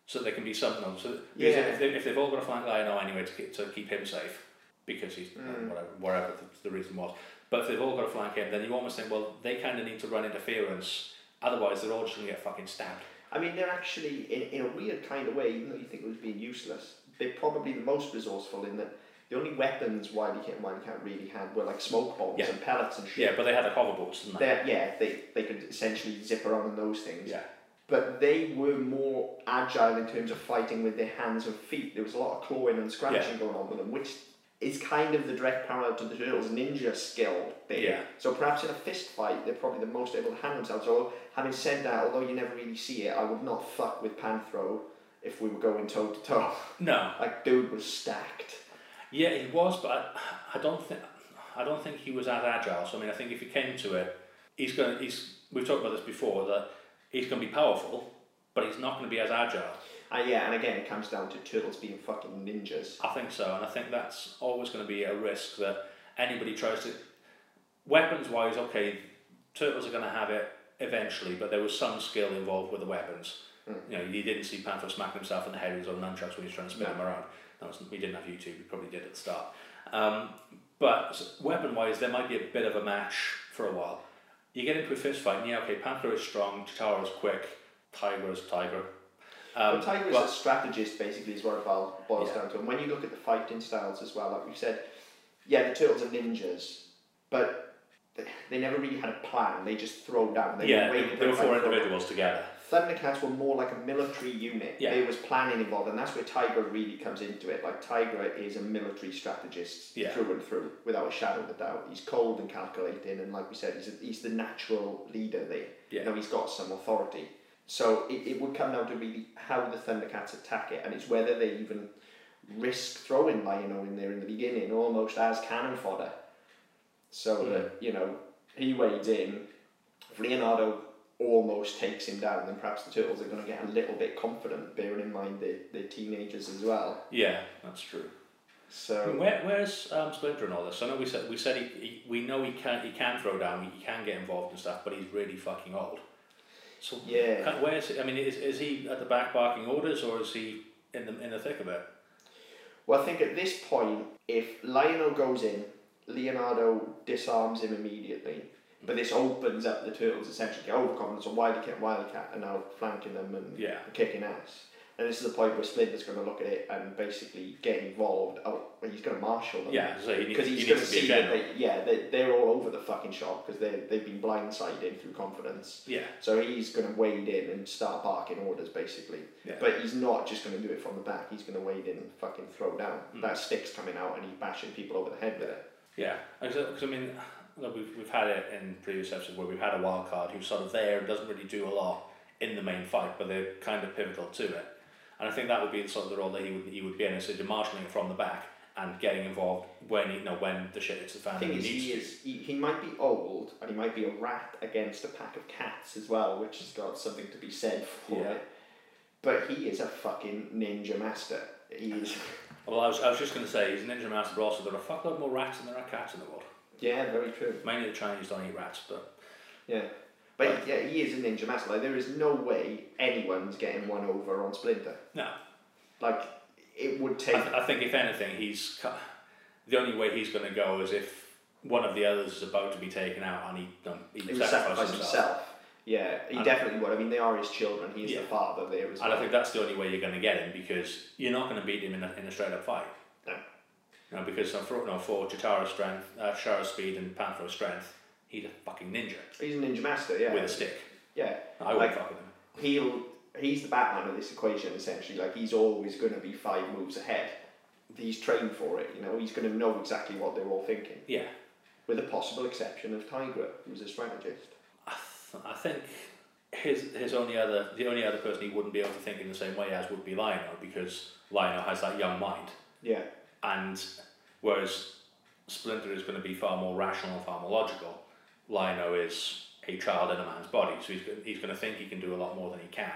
Speaker 2: so that they can be something. on- So that- because
Speaker 1: Yeah.
Speaker 2: if, they, if they've all got a flank Lionel anyway to keep, to keep him safe, because he's um, whatever, wherever the, the reason was. But if they've all got a flank him, then you almost think, well, they kind of need to run interference Otherwise, they're all just going to get fucking stabbed.
Speaker 1: I mean, they're actually, in, in a weird kind of way, even though you think it was being useless, they're probably the most resourceful in that the only weapons Wily Cat and Wily Cat really had were like smoke bombs
Speaker 2: Yeah.
Speaker 1: and pellets and shit.
Speaker 2: Yeah, but they had the hoverboards, didn't they?
Speaker 1: They're, yeah, they, they could essentially zip around those things.
Speaker 2: Yeah.
Speaker 1: But they were more agile in terms of fighting with their hands and feet. There was a lot of clawing and scratching going on with them, which is kind of the direct parallel to the turtles' ninja skill thing.
Speaker 2: Yeah.
Speaker 1: So perhaps in a fist fight, they're probably the most able to handle themselves. Although, having said that, although you never really see it, I would not fuck with Panthro if we were going toe to toe.
Speaker 2: No.
Speaker 1: Like, dude was stacked.
Speaker 2: Yeah, he was, but I, I don't think I don't think he was as agile. So I mean, I think if he came to it, he's going. to He's we've talked about this before that he's going to be powerful, but he's not going to be as agile.
Speaker 1: Uh, yeah, and again, it comes down to turtles being fucking ninjas.
Speaker 2: I think so, and I think that's always going to be a risk that anybody tries to. Weapons wise, okay, turtles are going to have it eventually, but there was some skill involved with the weapons. You know, you didn't see Panther smacking himself in the head with his own nunchucks when he was trying to spin him around. That was, we didn't have YouTube, we probably did at the start. Um, but weapon wise, there might be a bit of a match for a while. You get into a fist fight, and yeah, okay, Panther is strong, Chitara is quick, Tiger is Tiger. Um,
Speaker 1: But Tiger is
Speaker 2: but-
Speaker 1: a strategist, basically, is what it boils boils
Speaker 2: Yeah.
Speaker 1: down to. And when you look at the fighting styles as well, like we said, yeah, the turtles are ninjas, but th- they never really had a plan. They just throw down. They
Speaker 2: yeah,
Speaker 1: waited
Speaker 2: there were
Speaker 1: for the
Speaker 2: four
Speaker 1: right throw.
Speaker 2: individuals together.
Speaker 1: Thundercats were more like a military unit.
Speaker 2: Yeah.
Speaker 1: There was planning involved, and that's where Tiger really comes into it. Like Tiger is a military strategist
Speaker 2: Yeah.
Speaker 1: through and through, without a shadow of a doubt. He's cold and calculating, and like we said, he's, he's the natural leader there.
Speaker 2: Yeah.
Speaker 1: You know, he's got some authority. So it, it would come down to really how the Thundercats attack it, and it's whether they even risk throwing Lionel in there in the beginning, almost as cannon fodder.
Speaker 2: Hmm.
Speaker 1: So that, you know, he wades in, if Leonardo almost takes him down, then perhaps the Turtles are going to get a little bit confident, bearing in mind they, they're teenagers as well.
Speaker 2: Yeah, that's true. I mean,
Speaker 1: So,
Speaker 2: Where, where's um, Splinter and all this? I know we said we said he, he we know he can he can throw down, he can get involved and stuff, but he's really fucking old. So
Speaker 1: Yeah.
Speaker 2: can- where's I mean, is, is he at the back barking orders or is he in the in the thick of it?
Speaker 1: well, I think at this point, if Lionel goes in, Leonardo disarms him immediately. But this opens up the Turtles essentially get overconfidence on Wildcat and Wildcat are now flanking them and
Speaker 2: Yeah.
Speaker 1: kicking ass. And this is the point where Splinter's going to look at it and basically get involved. Oh, well, he's going to marshal them.
Speaker 2: Yeah, so he needs,
Speaker 1: because he's
Speaker 2: he
Speaker 1: going to
Speaker 2: needs to be
Speaker 1: see
Speaker 2: a
Speaker 1: that
Speaker 2: general.
Speaker 1: they, yeah they, they're all over the fucking shop because they they've been blindsided through confidence.
Speaker 2: Yeah,
Speaker 1: So he's going to wade in and start barking orders basically.
Speaker 2: Yeah.
Speaker 1: But he's not just going to do it from the back. He's going to wade in and fucking throw down. That stick's coming out and he's bashing people over the head with it.
Speaker 2: Mm. yeah. Because I mean, look, we've we've had it in previous episodes where we've had a wild card who's sort of there and doesn't really do a lot in the main fight, but they're kind of pivotal to it. And I think that would be the sort of the role that he would he would be in, is sort of marshalling it from the back and getting involved when you know when the shit hits the fan.
Speaker 1: The thing
Speaker 2: and
Speaker 1: is,
Speaker 2: he needs
Speaker 1: he
Speaker 2: to.
Speaker 1: is he, he might be old and he might be a rat against a pack of cats as well, which has got something to be said for
Speaker 2: Yeah.
Speaker 1: it. But he is a fucking ninja master. He is.
Speaker 2: Well, I was, I was just going to say he's a ninja master, but also there are a fuckload more rats than there are cats in the world.
Speaker 1: yeah, very true.
Speaker 2: Mainly the Chinese don't eat rats, but
Speaker 1: Yeah. But yeah, he is a ninja master. Like there is no way anyone's getting one over on Splinter.
Speaker 2: no.
Speaker 1: Like it would
Speaker 2: I,
Speaker 1: take
Speaker 2: th- I think if anything, he's cu- the only way he's going to go is if one of the others is about to be taken out and he um, he,
Speaker 1: him to
Speaker 2: sacrifices
Speaker 1: sacrifice
Speaker 2: himself.
Speaker 1: himself. Yeah, he
Speaker 2: And-
Speaker 1: definitely would. I mean, they are his children. He's
Speaker 2: Yeah.
Speaker 1: the father there as well.
Speaker 2: And I think that's the only way you're going to get him because you're not going to beat him in a, in a straight up fight.
Speaker 1: No.
Speaker 2: You know, because uh, for, no, for Chitara's strength, uh, Shara's speed, and Panthro's strength, he's a fucking ninja
Speaker 1: he's a ninja master. Yeah,
Speaker 2: with a stick.
Speaker 1: yeah.
Speaker 2: I wouldn't
Speaker 1: Like-
Speaker 2: fuck with him.
Speaker 1: He'll he's the Batman of this equation essentially. Like he's always going to be five moves ahead. He's trained for it. You know, he's going to know exactly what they're all thinking,
Speaker 2: Yeah.
Speaker 1: with the possible exception of Tigra, who's a strategist.
Speaker 2: I, th- I think his his only other the only other person he wouldn't be able to think in the same way as would be Lionel because Lionel has that young mind,
Speaker 1: Yeah,
Speaker 2: and whereas Splinter is going to be far more rational and far more logical, Lionel is a child in a man's body, so he's go- he's going to think he can do a lot more than he can.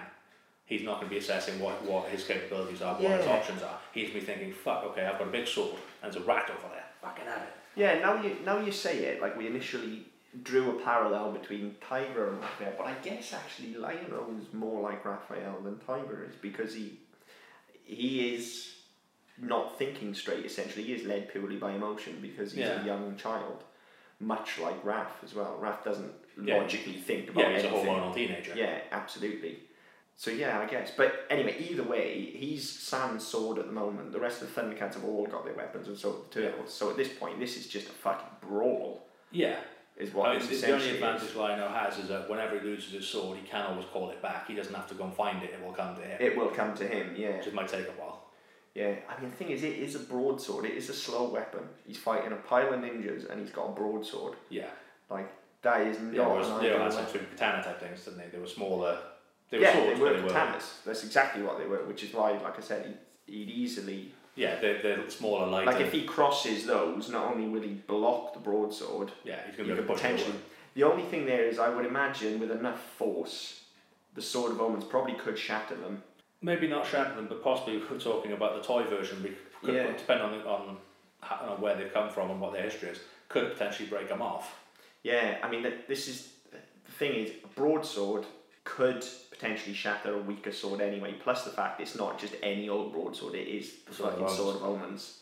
Speaker 2: He's not going to be assessing what, what his capabilities are, what his
Speaker 1: Yeah.
Speaker 2: options are. He's going to be thinking, fuck, okay, I've got a big sword and there's a rat over there. Fucking have it.
Speaker 1: Yeah, now you now you say it, like we initially drew a parallel between Tiger and Raphael, but I guess actually Lionel is more like Raphael than Tiger is because he he is not thinking straight essentially. He is led purely by emotion because he's
Speaker 2: Yeah.
Speaker 1: a young child. much like Raph as well. Raph doesn't
Speaker 2: Yeah.
Speaker 1: logically think about
Speaker 2: Yeah, he's a
Speaker 1: anything.
Speaker 2: hormonal teenager.
Speaker 1: Yeah, absolutely. So yeah, I guess. But anyway, either way, he's Sans sword at the moment. The rest of the Thundercats have all got their weapons, and so have the
Speaker 2: Yeah.
Speaker 1: Turtles. So at this point, this is just a fucking brawl,
Speaker 2: Yeah.
Speaker 1: is
Speaker 2: I
Speaker 1: what
Speaker 2: mean,
Speaker 1: it's
Speaker 2: the, the only
Speaker 1: essentially.
Speaker 2: advantage
Speaker 1: is.
Speaker 2: Lionel has is that whenever he loses his sword, he can always call it back. He doesn't have to go and find it, it will come to him.
Speaker 1: It will come to him, yeah,
Speaker 2: Which might take a while.
Speaker 1: yeah. I mean, the thing is, it is a broadsword. It is a slow weapon. He's fighting a pile of ninjas, and he's got a broadsword.
Speaker 2: Yeah.
Speaker 1: Like that is not.
Speaker 2: Yeah, whereas
Speaker 1: an
Speaker 2: they
Speaker 1: ideal
Speaker 2: had
Speaker 1: weapon.
Speaker 2: some sort of katana type things, didn't they? They were smaller. They were
Speaker 1: yeah,
Speaker 2: swords,
Speaker 1: they were
Speaker 2: but they were.
Speaker 1: katanas. That's exactly what they were, which is why, like I said, he, he'd easily
Speaker 2: Yeah, they're, they're smaller, lighter.
Speaker 1: Like if he crosses those, not only will he block the broadsword,
Speaker 2: yeah, he's
Speaker 1: he
Speaker 2: going to
Speaker 1: could
Speaker 2: be able to push it
Speaker 1: potentially.
Speaker 2: away.
Speaker 1: The only thing there is, I would imagine, with enough force, the sword of omens probably could shatter them.
Speaker 2: Maybe not shatter them, but possibly we're talking about the toy version. We could,
Speaker 1: Yeah.
Speaker 2: depend on, on, how, on where they've come from and what their history is, could potentially break them off.
Speaker 1: Yeah, I mean, that this is the thing is, a broadsword could potentially shatter a weaker sword anyway. Plus the fact it's not just any old broadsword; it is the
Speaker 2: Sword of
Speaker 1: fucking
Speaker 2: Omens.
Speaker 1: sword of omens.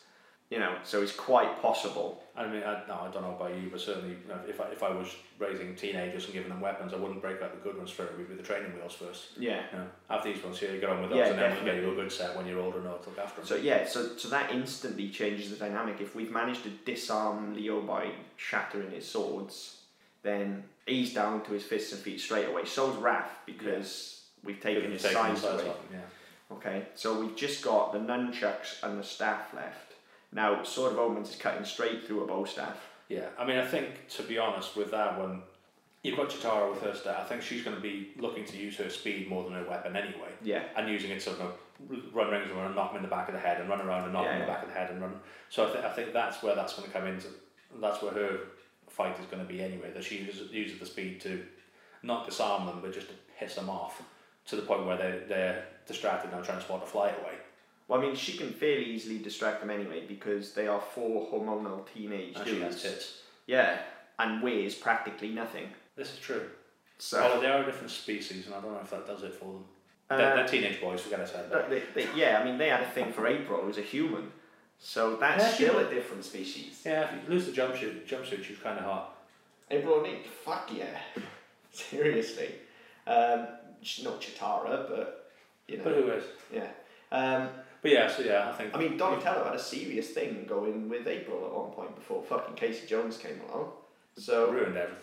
Speaker 1: You know, so it's quite possible.
Speaker 2: I mean, I, no, I don't know about you, but certainly you know, if, I, if I was raising teenagers and giving them weapons, I wouldn't break out the good ones first. We'd be the training wheels first.
Speaker 1: Yeah.
Speaker 2: You know, have these ones here, get on with those,
Speaker 1: Yeah,
Speaker 2: and then we'll get you a good set when you're older and know how to look after them.
Speaker 1: So yeah, so so that instantly changes the dynamic. If we've managed to disarm Leo by shattering his swords, then he's down to his fists and feet straight away. So's Raph because we've taken his sides away.
Speaker 2: yeah.
Speaker 1: Okay, so we've just got the nunchucks and the staff left. Now, Sword of Omens is cutting straight through a bow staff.
Speaker 2: Yeah, I mean, I think to be honest with that one, you've got Chitara with her stat. I think she's going to be looking to use her speed more than her weapon anyway,
Speaker 1: Yeah,
Speaker 2: and using it to you know, run rings around and knock him in the back of the head, and run around and knock him in
Speaker 1: Yeah,
Speaker 2: the
Speaker 1: yeah.
Speaker 2: back of the head, and run. So I, th- I think that's where that's going to come into. That's where her fight is going to be anyway. That she uses, uses the speed to not disarm them, but just to piss them off to the point where they they're distracted and trying to spot a fly away.
Speaker 1: well, I mean, she can fairly easily distract them anyway because they are four hormonal teenage
Speaker 2: And she
Speaker 1: dudes.
Speaker 2: has tits.
Speaker 1: Yeah, and weighs practically nothing.
Speaker 2: This is true.
Speaker 1: So.
Speaker 2: Although they are a different species, and I don't know if that does it for them.
Speaker 1: uh,
Speaker 2: they're, they're teenage boys, forget I said
Speaker 1: But
Speaker 2: that.
Speaker 1: they, they, yeah, I mean, they had a thing for April as a human, so that's
Speaker 2: Yeah,
Speaker 1: still
Speaker 2: human.
Speaker 1: a different species.
Speaker 2: Yeah, if you lose the jumpsuit, jumpsuit, she's kind of hot.
Speaker 1: April O'Neil, fuck yeah, seriously. Um, she's not Chitara, but you know,
Speaker 2: But who is?
Speaker 1: yeah. Um,
Speaker 2: But yeah, so yeah, I think.
Speaker 1: I mean, Donatello had a serious thing going with April at one point before fucking Casey Jones came along. So
Speaker 2: ruined everything.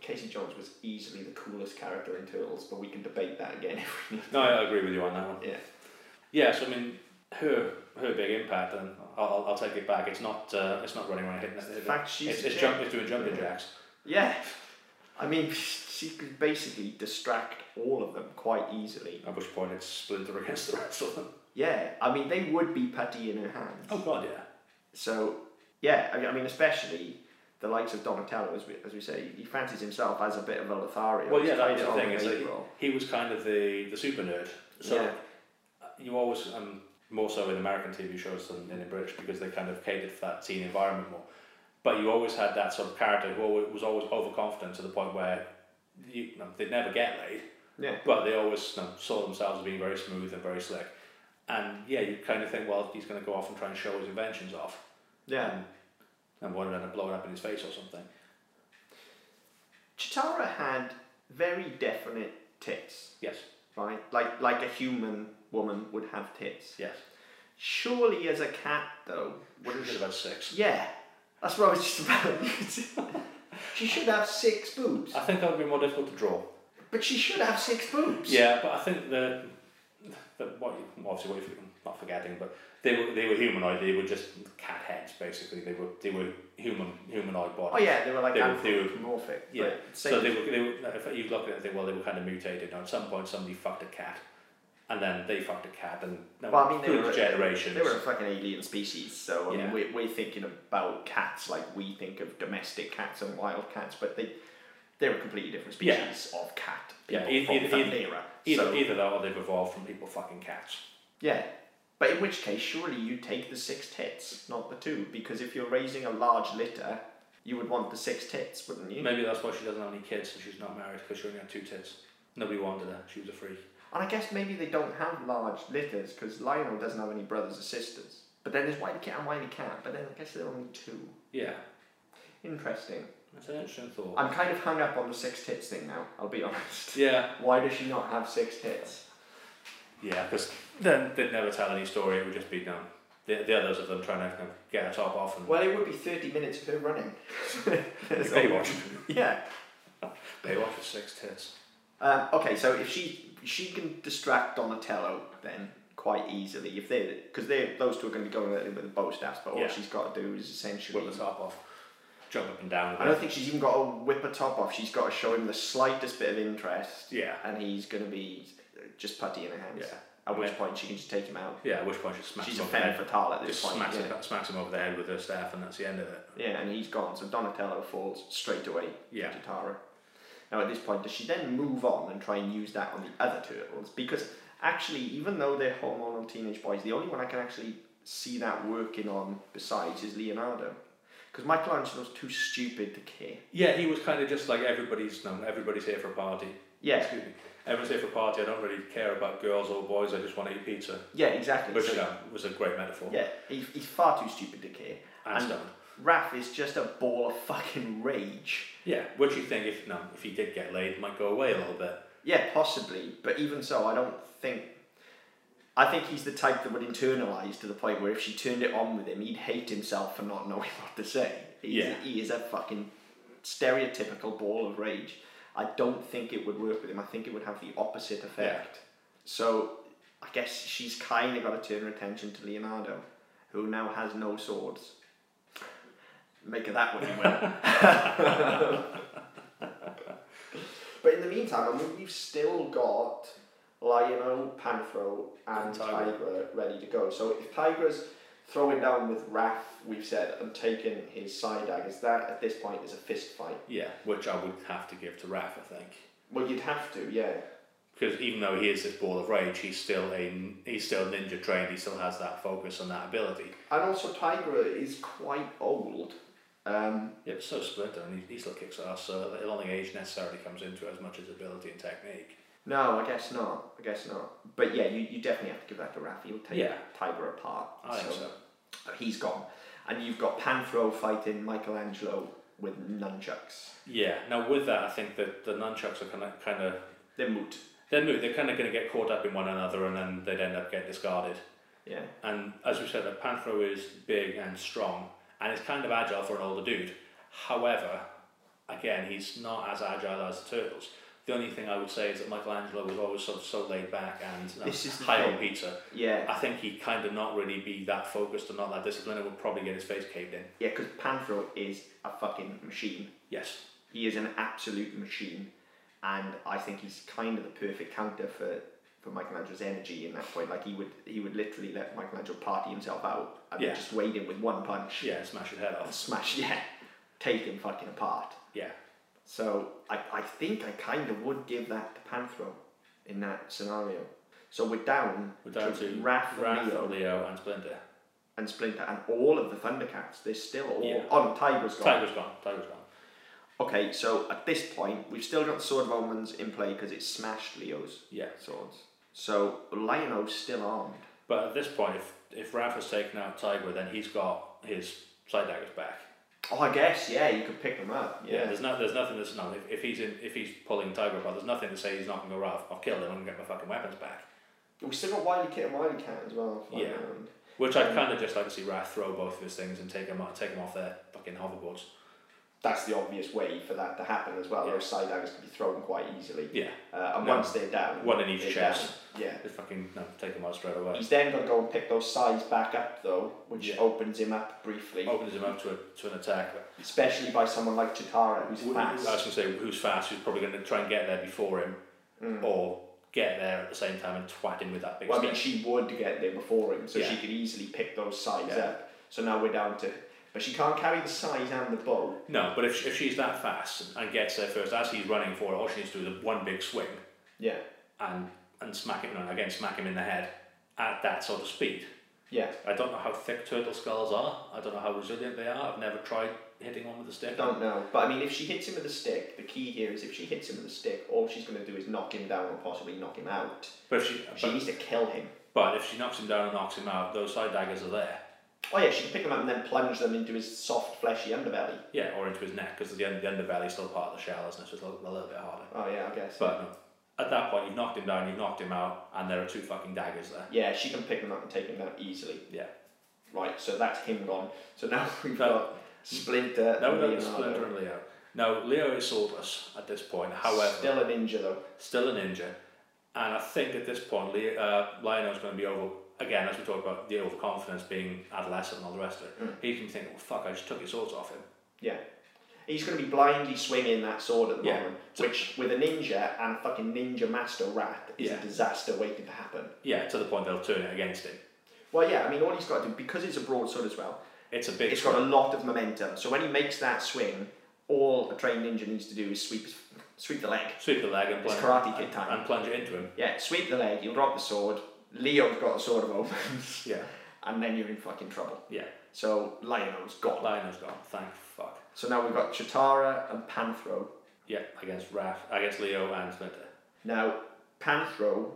Speaker 1: Casey Jones was easily the coolest character in Turtles, but we can debate that again if we need.
Speaker 2: No, I agree with you on that one.
Speaker 1: Yeah,
Speaker 2: Yeah, so I mean, her her big impact, and I'll, I'll, I'll take it back. It's not uh, it's not running around hitting.
Speaker 1: the
Speaker 2: it-
Speaker 1: fact she's
Speaker 2: it's,
Speaker 1: a
Speaker 2: it's,
Speaker 1: chick.
Speaker 2: jump, it's doing jumping
Speaker 1: Yeah.
Speaker 2: jacks.
Speaker 1: Yeah. I mean, she could basically distract all of them quite easily.
Speaker 2: At which point, it's splinter against the rest of them.
Speaker 1: Yeah, I mean, they would be putty in her hands.
Speaker 2: Oh god, yeah.
Speaker 1: So, yeah, I- I mean, especially the likes of Donatello, as we, as we say, he fancies himself as a bit of a Lothario.
Speaker 2: Well, yeah,
Speaker 1: He's
Speaker 2: that's
Speaker 1: kind
Speaker 2: the
Speaker 1: of
Speaker 2: thing
Speaker 1: on
Speaker 2: is that
Speaker 1: April.
Speaker 2: he was kind of the the super nerd. So
Speaker 1: Yeah.
Speaker 2: you always um, more so in American TV shows than in the British because they kind of catered for that teen environment more. But you always had that sort of character who always, was always overconfident to the point where you, you know, they'd never get laid,
Speaker 1: Yeah.
Speaker 2: but they always you know, saw themselves as being very smooth and very slick. And yeah, you kind of think, well, he's going to go off and try and show his inventions off,
Speaker 1: Yeah.
Speaker 2: and one end up blowing up in his face or something.
Speaker 1: Chitara had very definite tits,
Speaker 2: Yes,
Speaker 1: right? Like, like a human woman would have tits.
Speaker 2: yes.
Speaker 1: Surely, as a cat, though,
Speaker 2: What
Speaker 1: wouldn't
Speaker 2: is it about six?
Speaker 1: Yeah, that's what I was just about. she should have six boobs,
Speaker 2: I think that would be more difficult to draw.
Speaker 1: but she should have six boobs.
Speaker 2: Yeah, but I think the, the what you- obviously what you're not forgetting, but they were they were humanoid. They were just cat heads basically. They were they were human humanoid
Speaker 1: Oh
Speaker 2: bodies.
Speaker 1: yeah, they were like
Speaker 2: They were- they were-
Speaker 1: anthropomorphic.
Speaker 2: yeah.
Speaker 1: but
Speaker 2: So
Speaker 1: same-
Speaker 2: they were, they were if you look at it and think well they were kind of mutated. Now, at some point somebody fucked a cat, and then they fucked a cat, and now
Speaker 1: Well, I mean, they
Speaker 2: through
Speaker 1: were-
Speaker 2: generations.
Speaker 1: they were a fucking alien species. So I
Speaker 2: Yeah.
Speaker 1: mean, we're, we're thinking about cats like we think of domestic cats and wild cats, but they they're a completely different
Speaker 2: Yeah.
Speaker 1: species of cat.
Speaker 2: Yeah,
Speaker 1: People from
Speaker 2: e- either-
Speaker 1: that
Speaker 2: either-
Speaker 1: era.
Speaker 2: either
Speaker 1: so,
Speaker 2: either that or they've evolved from people fucking cats.
Speaker 1: yeah. But in which case, surely you take the six tits, not the two, because if you're raising a large litter, you would want the six tits, wouldn't you?
Speaker 2: Maybe that's why she doesn't have any kids and she's not married because she only had two tits. Nobody wanted her. She was a freak.
Speaker 1: And I guess maybe they don't have large litters because Lionel doesn't have any brothers or sisters. But then there's Whitey Cat and Whitey Cat, but then I guess there are only two.
Speaker 2: Yeah.
Speaker 1: Interesting.
Speaker 2: That's an interesting thought.
Speaker 1: I'm kind of hung up on the six tits thing now, I'll be honest.
Speaker 2: yeah,
Speaker 1: Why does she not have six tits?
Speaker 2: yeah, because then they'd never tell any story. It would just be done. The, the others of them trying to kind of get her top off and
Speaker 1: Well, it would be 30 minutes of her running. There's all-
Speaker 2: Baywatch.
Speaker 1: Yeah.
Speaker 2: Baywatch with six tits.
Speaker 1: Um, okay, so if she she can distract Donatello then quite easily if they because they those two are going to be going at it with the bow staffs, but all
Speaker 2: Yeah.
Speaker 1: she's got to do is essentially.
Speaker 2: Whip the top off. Jump up and down.
Speaker 1: I
Speaker 2: With
Speaker 1: don't
Speaker 2: it.
Speaker 1: think she's even got to whip her top off. She's got to show him the slightest bit of interest,
Speaker 2: Yeah.
Speaker 1: and he's going to be just putty in her hands.
Speaker 2: Yeah.
Speaker 1: At which
Speaker 2: Yeah.
Speaker 1: point she can just take him out.
Speaker 2: Yeah, at which point she smacks
Speaker 1: she's a
Speaker 2: him over the
Speaker 1: femme
Speaker 2: head.
Speaker 1: fatale at this
Speaker 2: Just
Speaker 1: point.
Speaker 2: smacks,
Speaker 1: yeah.
Speaker 2: him, smacks him over the head with her staff, and that's the end of it.
Speaker 1: Yeah, and he's gone. So Donatello falls straight away
Speaker 2: Yeah.
Speaker 1: to Tara. Now, at this point, does she then move on and try and use that on the other turtles? Because actually, even though they're hormonal teenage boys, the only one I can actually see that working on besides is Leonardo. Because Michelangelo's too stupid to care.
Speaker 2: Yeah, he was kind of just like everybody's. No, everybody's here for a party.
Speaker 1: Yeah,
Speaker 2: Excuse me. Everyone's here for a party. I don't really care about girls or boys. I just want to eat pizza,
Speaker 1: yeah, exactly.
Speaker 2: which
Speaker 1: So,
Speaker 2: you know, was a great metaphor.
Speaker 1: yeah, he, he's far too stupid to care.
Speaker 2: And
Speaker 1: And-
Speaker 2: stubborn.
Speaker 1: Raph is just a ball of fucking rage.
Speaker 2: Yeah, which you think if no, if he did get laid, might go away a little bit.
Speaker 1: Yeah, possibly. But even so, I don't think. I think he's the type that would internalize to the point where if she turned it on with him, he'd hate himself for not knowing what to say. He's,
Speaker 2: Yeah.
Speaker 1: He is a fucking stereotypical ball of rage. I don't think it would work with him. I think it would have the opposite effect. So I guess she's kind of got to turn her attention to Leonardo, who now has no swords. Make of that what you will. But in the meantime, I mean, you've still got Lionel, Panthro, and
Speaker 2: And Tigra.
Speaker 1: Tigra ready to go. So if Tigra's throwing down with Raph, we've said, and taking his side daggers, that at this point is a fist fight.
Speaker 2: Yeah, which I would have to give to Raph, I think,
Speaker 1: Well, you'd have to, yeah.
Speaker 2: because even though he is this ball of rage, he's still a he's still ninja trained. He still has that focus and that ability.
Speaker 1: And also, Tigra is quite old. Um,
Speaker 2: Yeah, but so Splinter, and he, he still kicks ass. So I don't think age necessarily comes into it as much as ability and technique.
Speaker 1: no, I guess not. I guess not. But yeah, you, you definitely have to give that to Raph. He'll take
Speaker 2: Yeah.
Speaker 1: Tigra apart.
Speaker 2: I think so.
Speaker 1: He's gone. And you've got Panthro fighting Michelangelo with nunchucks.
Speaker 2: Yeah. Now with that, I think that the nunchucks are kind of kind of
Speaker 1: They're moot.
Speaker 2: they're moot. They're kind of going to get caught up in one another, and then they'd end up getting discarded.
Speaker 1: Yeah.
Speaker 2: And as we said, that Panthro is big and strong, and is kind of agile for an older dude. However, again, he's not as agile as the turtles. The only thing I would say is that Michelangelo was always sort of so laid back and um,
Speaker 1: This is the
Speaker 2: high on
Speaker 1: thing.
Speaker 2: pizza.
Speaker 1: Yeah.
Speaker 2: I think he'd kind of not really be that focused and not that disciplined and would probably get his face caved in.
Speaker 1: Yeah, because Panthro is a fucking machine.
Speaker 2: Yes.
Speaker 1: He is an absolute machine, and I think he's kind of the perfect counter for, for Michelangelo's energy in that point. Like he would he would literally let Michelangelo party himself out and
Speaker 2: Yeah.
Speaker 1: just wade in with one punch,
Speaker 2: Yeah, smash his head off.
Speaker 1: smash, yeah, take him fucking apart.
Speaker 2: Yeah.
Speaker 1: So I, I think I kind of would give that to Panthro in that scenario. So we're down,
Speaker 2: We're down to
Speaker 1: Raph,
Speaker 2: Raph,
Speaker 1: and Leo
Speaker 2: Leo, and Splinter.
Speaker 1: and Splinter and all of the Thundercats. They're still all
Speaker 2: Yeah.
Speaker 1: on Tiger's gone.
Speaker 2: Tiger's gone. Tiger's gone.
Speaker 1: Okay, so at this point, we've still got Sword of Omens in play because it smashed Leo's
Speaker 2: Yeah.
Speaker 1: swords. So Lionel's still armed.
Speaker 2: But at this point, if, if Raph has taken out Tiger, then he's got his side daggers back.
Speaker 1: Oh, I guess, yeah, you could pick them up. Yeah.
Speaker 2: There's no, there's nothing that's no. If, if he's in, if he's pulling Tiger apart, there's nothing to say he's not gonna go. Raph, I've killed him. I'm gonna get my fucking weapons back.
Speaker 1: We've still got Wily Kit and Wily Cat as well. flying
Speaker 2: Yeah.
Speaker 1: around.
Speaker 2: Which I'd kind of just like to see Raph throw both of his things and take him out, take him off their fucking hoverboards.
Speaker 1: That's the obvious way for that to happen as well.
Speaker 2: Yeah.
Speaker 1: Those side daggers can be thrown quite easily.
Speaker 2: Yeah.
Speaker 1: Uh, and
Speaker 2: No.
Speaker 1: once they're down,
Speaker 2: One in each
Speaker 1: they're
Speaker 2: chest.
Speaker 1: down. Yeah.
Speaker 2: Just fucking no, take him out straight away.
Speaker 1: He's then going to go and pick those sides back up, though, which
Speaker 2: Yeah. Oh.
Speaker 1: opens him up briefly,
Speaker 2: opens him up to, a, to an attack.
Speaker 1: especially by someone like Chitara, who's
Speaker 2: Who-
Speaker 1: fast.
Speaker 2: I was going to say, who's fast, who's probably going to try and get there before him, or get there at the same time and twat him with that big
Speaker 1: Well, I
Speaker 2: stick.
Speaker 1: mean, she would get there before him, so
Speaker 2: Yeah.
Speaker 1: she could easily pick those sides
Speaker 2: Yeah.
Speaker 1: up. So now we're down to. But she can't carry the size and the bow.
Speaker 2: No, but if, she- if she's that fast and gets there first, as he's running for it, all she needs to do is one big swing
Speaker 1: Yeah.
Speaker 2: and, and smack him, no, again, smack him in the head at that sort of speed.
Speaker 1: Yeah.
Speaker 2: I don't know how thick turtle skulls are. I don't know how resilient they are. I've never tried hitting one with a stick.
Speaker 1: Don't know. But I mean, if she hits him with a stick, the key here is if she hits him with a stick, all she's going to do is knock him down or possibly knock him out.
Speaker 2: But if she,
Speaker 1: She
Speaker 2: but,
Speaker 1: needs to kill him.
Speaker 2: but if she knocks him down and knocks him out, those side daggers are there.
Speaker 1: Oh yeah, she'd pick them up and then plunge them into his soft, fleshy underbelly.
Speaker 2: Yeah, or into his neck because the, un- the underbelly is still part of the shell, isn't it? So it's a little, a little bit harder.
Speaker 1: Oh yeah, I guess.
Speaker 2: But no, at that point, you've knocked him down, you've knocked him out, and there are two fucking daggers there.
Speaker 1: yeah, she can pick them up and take them down easily.
Speaker 2: Yeah.
Speaker 1: Right, so that's him gone. So now we've
Speaker 2: That-
Speaker 1: got Splinter.
Speaker 2: Now
Speaker 1: and
Speaker 2: we've got the
Speaker 1: Leonardo.
Speaker 2: Splinter and Leo. Now, Leo is swordless at this point, however, still,
Speaker 1: Still a ninja though.
Speaker 2: a ninja. And I think at this point, Leo, uh, Lionel's going to be over, again, as we talk about the overconfidence being adolescent and all the rest of
Speaker 1: Mm.
Speaker 2: it. He can think, well, fuck, I just took his swords off him.
Speaker 1: Yeah. He's going to be blindly swinging that sword at the
Speaker 2: Yeah.
Speaker 1: moment, which with a ninja and a fucking ninja master rat is
Speaker 2: Yeah.
Speaker 1: a disaster waiting to happen.
Speaker 2: Yeah, to the point they'll turn it against him.
Speaker 1: Well, yeah, I mean, all he's got to do, because it's a broadsword as well,
Speaker 2: It's a big
Speaker 1: it's got a lot of momentum. So when he makes that swing, all a trained ninja needs to do is sweep, his- sweep the leg.
Speaker 2: sweep the leg and
Speaker 1: It's
Speaker 2: plunge,
Speaker 1: Karate Kid time.
Speaker 2: and plunge it into him.
Speaker 1: Yeah, sweep the leg, you'll drop the sword. Leo's got a sword of omens,
Speaker 2: Yeah.
Speaker 1: and then you're in fucking trouble.
Speaker 2: Yeah.
Speaker 1: So Lionel's gone.
Speaker 2: Lionel's gone. Thank fuck.
Speaker 1: So now we've got Chitara and Panthro.
Speaker 2: Yeah, against Raph, against Leo and Splinter.
Speaker 1: Now, Panthro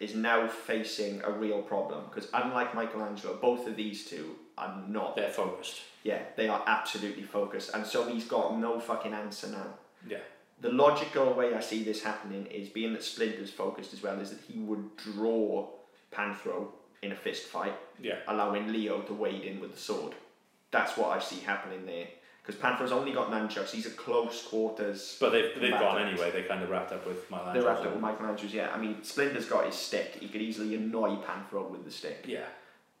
Speaker 1: is now facing a real problem because, unlike Michelangelo, both of these two are not.
Speaker 2: They're focused.
Speaker 1: Yeah, they are absolutely focused, and so he's got no fucking answer now.
Speaker 2: Yeah.
Speaker 1: The logical way I see this happening is being that Splinter's focused as well, is that he would draw Panthro in a fist fight,
Speaker 2: Yeah.
Speaker 1: allowing Leo to wade in with the sword. That's what I see happening there. Because Panthro's only got nunchucks, he's a close quarters
Speaker 2: But they've, they've gone
Speaker 1: Combatants.
Speaker 2: anyway. They kind of wrapped up with my
Speaker 1: They're after Michelangelo's, yeah. I mean, Splinter's got his stick. He could easily annoy Panthro with the stick.
Speaker 2: Yeah.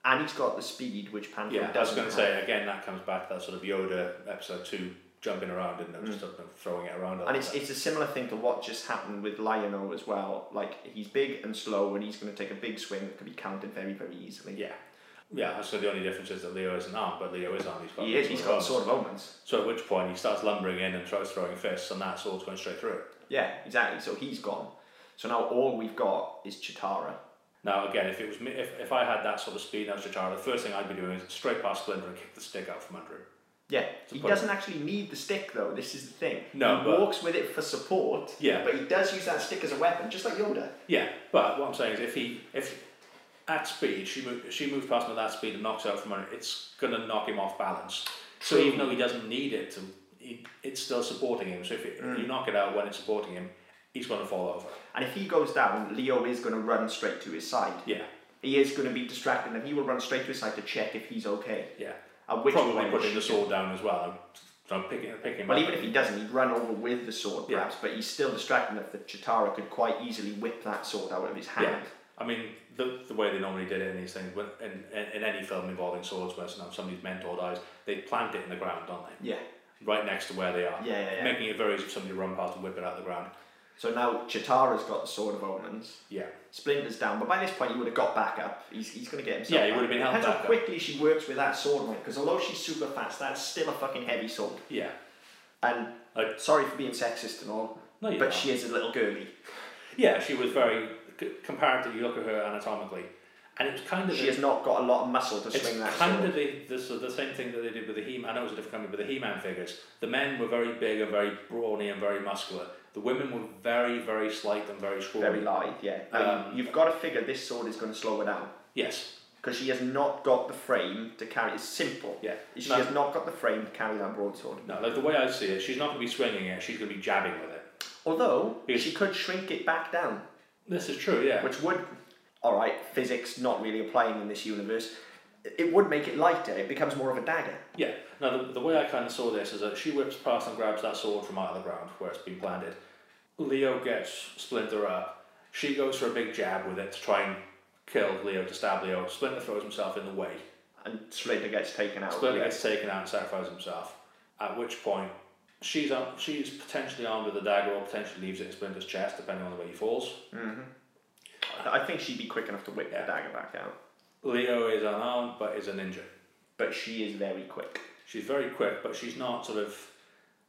Speaker 1: And he's got the speed, which Panthro
Speaker 2: Yeah, I was
Speaker 1: doesn't
Speaker 2: going to
Speaker 1: have.
Speaker 2: say, again, that comes back to that sort of Yoda episode 2 jumping around and just sort of throwing it around. a
Speaker 1: Mm. And
Speaker 2: little
Speaker 1: it's,
Speaker 2: bit.
Speaker 1: it's a similar thing to what just happened with Lionel as well. Like, he's big and slow, and he's going to take a big swing that could be countered very, very easily.
Speaker 2: Yeah. Yeah, so the only difference is that Leo isn't armed, but Leo is armed. He's got
Speaker 1: He is, he's got a
Speaker 2: arms.
Speaker 1: sword of omens.
Speaker 2: So at which point he starts lumbering in and starts throwing fists, and that sword's going straight through.
Speaker 1: Yeah, exactly. So he's gone. So now all we've got is Chitara.
Speaker 2: Now, again, if it was me, if, if I had that sort of speed and I was Chitara, the first thing I'd be doing is straight past Splinter and kick the stick out from under him.
Speaker 1: Yeah, he
Speaker 2: put-
Speaker 1: doesn't actually need the stick though. This is the thing.
Speaker 2: No,
Speaker 1: he
Speaker 2: but-
Speaker 1: walks with it for support.
Speaker 2: Yeah.
Speaker 1: but he does use that stick as a weapon, just like Yoda.
Speaker 2: Yeah, but what I'm saying is, if he if at speed she move, if she moves past him at that speed and knocks out from under, it's gonna knock him off balance. So
Speaker 1: True.
Speaker 2: even though he doesn't need it to, he, it's still supporting him. So if it,
Speaker 1: Mm.
Speaker 2: you knock it out when it's supporting him, he's gonna fall over.
Speaker 1: And if he goes down, Leo is going to run straight to his side.
Speaker 2: Yeah,
Speaker 1: He is going to be distracted, and he will run straight to his side to check if he's okay.
Speaker 2: yeah.
Speaker 1: At which
Speaker 2: Probably
Speaker 1: point,
Speaker 2: putting the sword down as well. So picking picking him
Speaker 1: Well,
Speaker 2: up.
Speaker 1: even if he doesn't, he'd run over with the sword,
Speaker 2: Yeah.
Speaker 1: perhaps. But he's still distracted enough that Chitara could quite easily whip that sword out of his hand.
Speaker 2: yeah. I mean, the, the way they normally did it in these things, when, in, in, in any film involving swords, where some- somebody's mentor dies, they plant it in the ground, don't they?
Speaker 1: Yeah.
Speaker 2: Right next to where they are.
Speaker 1: Yeah, yeah, yeah.
Speaker 2: Making it very easy for somebody to run past and whip it out of the ground.
Speaker 1: So now Chitara's got the sword of omens.
Speaker 2: Yeah.
Speaker 1: Splinter's down, but by this point he would have got back up. He's, he's going to get himself.
Speaker 2: Yeah, he
Speaker 1: back.
Speaker 2: would have been held
Speaker 1: Depends
Speaker 2: back
Speaker 1: how
Speaker 2: up.
Speaker 1: quickly she works with that sword, mate. Because although she's super fast, that's still a fucking heavy sword.
Speaker 2: Yeah.
Speaker 1: And
Speaker 2: Like-
Speaker 1: sorry for being sexist and all,
Speaker 2: No, you're
Speaker 1: but
Speaker 2: not.
Speaker 1: she is a little girly.
Speaker 2: Yeah, she was very c- comparatively. You look at her anatomically, and it was kind of
Speaker 1: She
Speaker 2: the-
Speaker 1: has not got a lot of muscle to
Speaker 2: it's
Speaker 1: swing that
Speaker 2: kind
Speaker 1: sword.
Speaker 2: of the, the, so the same thing that they did with the He. I know it was a different company, but the He-Man figures. The men were very big and very brawny and very muscular. The women were very very slight and very scrawny.
Speaker 1: Very lithe, yeah. I mean,
Speaker 2: Um,
Speaker 1: you've got to figure this sword is going to slow her down
Speaker 2: yes.
Speaker 1: because she has not got the frame to carry. It's simple.
Speaker 2: Yeah.
Speaker 1: She
Speaker 2: No.
Speaker 1: has not got the frame to carry that broadsword.
Speaker 2: No, like the way I see it, she's not going to be swinging it. She's going to be jabbing with it.
Speaker 1: Although
Speaker 2: Yes.
Speaker 1: she could shrink it back down,
Speaker 2: This is true. Yeah.
Speaker 1: which would, all right, physics not really applying in this universe. It would make it lighter. It becomes more of a dagger.
Speaker 2: Yeah. Now, the, the way I kind of saw this is that she whips past and grabs that sword from out of the ground where it's been planted. Leo gets Splinter up. She goes for a big jab with it to try and kill Leo, to stab Leo. Splinter throws himself in the way.
Speaker 1: And Splinter gets taken out.
Speaker 2: Splinter
Speaker 1: yeah.
Speaker 2: gets taken out and sacrifices himself. At which point, she's up, she's potentially armed with a dagger or potentially leaves it in Splinter's chest, depending on the way he falls.
Speaker 1: I think she'd be quick enough to whip
Speaker 2: Yeah.
Speaker 1: the dagger back out.
Speaker 2: Leo is unarmed but is a ninja.
Speaker 1: But she is very quick.
Speaker 2: She's very quick, but she's not sort of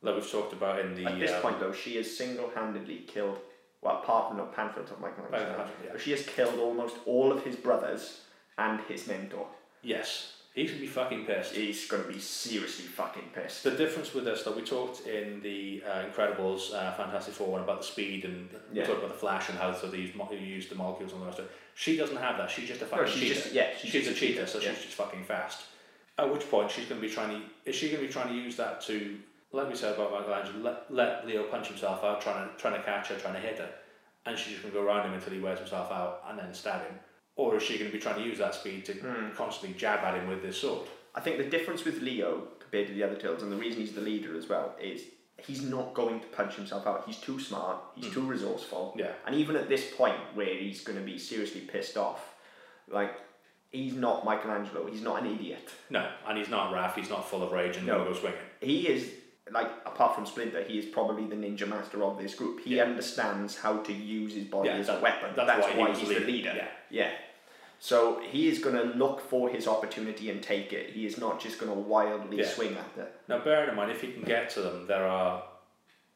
Speaker 2: like we've talked about in the
Speaker 1: At this
Speaker 2: uh,
Speaker 1: point, though, she has single-handedly killed. Well, apart from not Panfield of Michelangelo,
Speaker 2: Michelangelo, yeah.
Speaker 1: but she has killed almost all of his brothers and his mentor.
Speaker 2: Yes, he's gonna be fucking pissed.
Speaker 1: He's going to be seriously fucking pissed.
Speaker 2: The difference with this, though, we talked in the uh, Incredibles, uh, Fantastic Four, one about the speed, and
Speaker 1: Yeah.
Speaker 2: we talked about the Flash and how so they use, mo- they use the molecules and all the rest of it. She doesn't have that. She's just a fucking
Speaker 1: she's
Speaker 2: cheater.
Speaker 1: just- yeah, she's
Speaker 2: she's,
Speaker 1: just
Speaker 2: a
Speaker 1: a
Speaker 2: cheater,
Speaker 1: cheater,
Speaker 2: so
Speaker 1: yeah.
Speaker 2: she's just fucking fast. At which point she's going to be trying to is she going to be trying to use that to like we said about Michelangelo let, let Leo punch himself out trying to trying to catch her trying to hit her, and she's just going to go around him until he wears himself out and then stab him, or is she going to be trying to use that speed to
Speaker 1: Hmm.
Speaker 2: constantly jab at him with this sword?
Speaker 1: I think the difference with Leo compared to the other Tills, and the reason he's the leader as well, is he's not going to punch himself out. He's too smart, he's too resourceful.
Speaker 2: Mm. Yeah.
Speaker 1: And even at this point where he's going to be seriously pissed off, like, he's not Michelangelo, he's not an idiot.
Speaker 2: No, and he's not Raph. He's not full of rage and no. go swinging.
Speaker 1: He is, like, apart from Splinter, he is probably the ninja master of this group. He understands how to use his body
Speaker 2: Yeah,
Speaker 1: as
Speaker 2: that-
Speaker 1: a weapon.
Speaker 2: that's why he was
Speaker 1: he's
Speaker 2: leader.
Speaker 1: the leader.
Speaker 2: Yeah.
Speaker 1: yeah. So he is going to look for his opportunity and take it. He is not just going to wildly
Speaker 2: Yeah.
Speaker 1: swing at it.
Speaker 2: Now, bearing in mind, if he can get to them, there are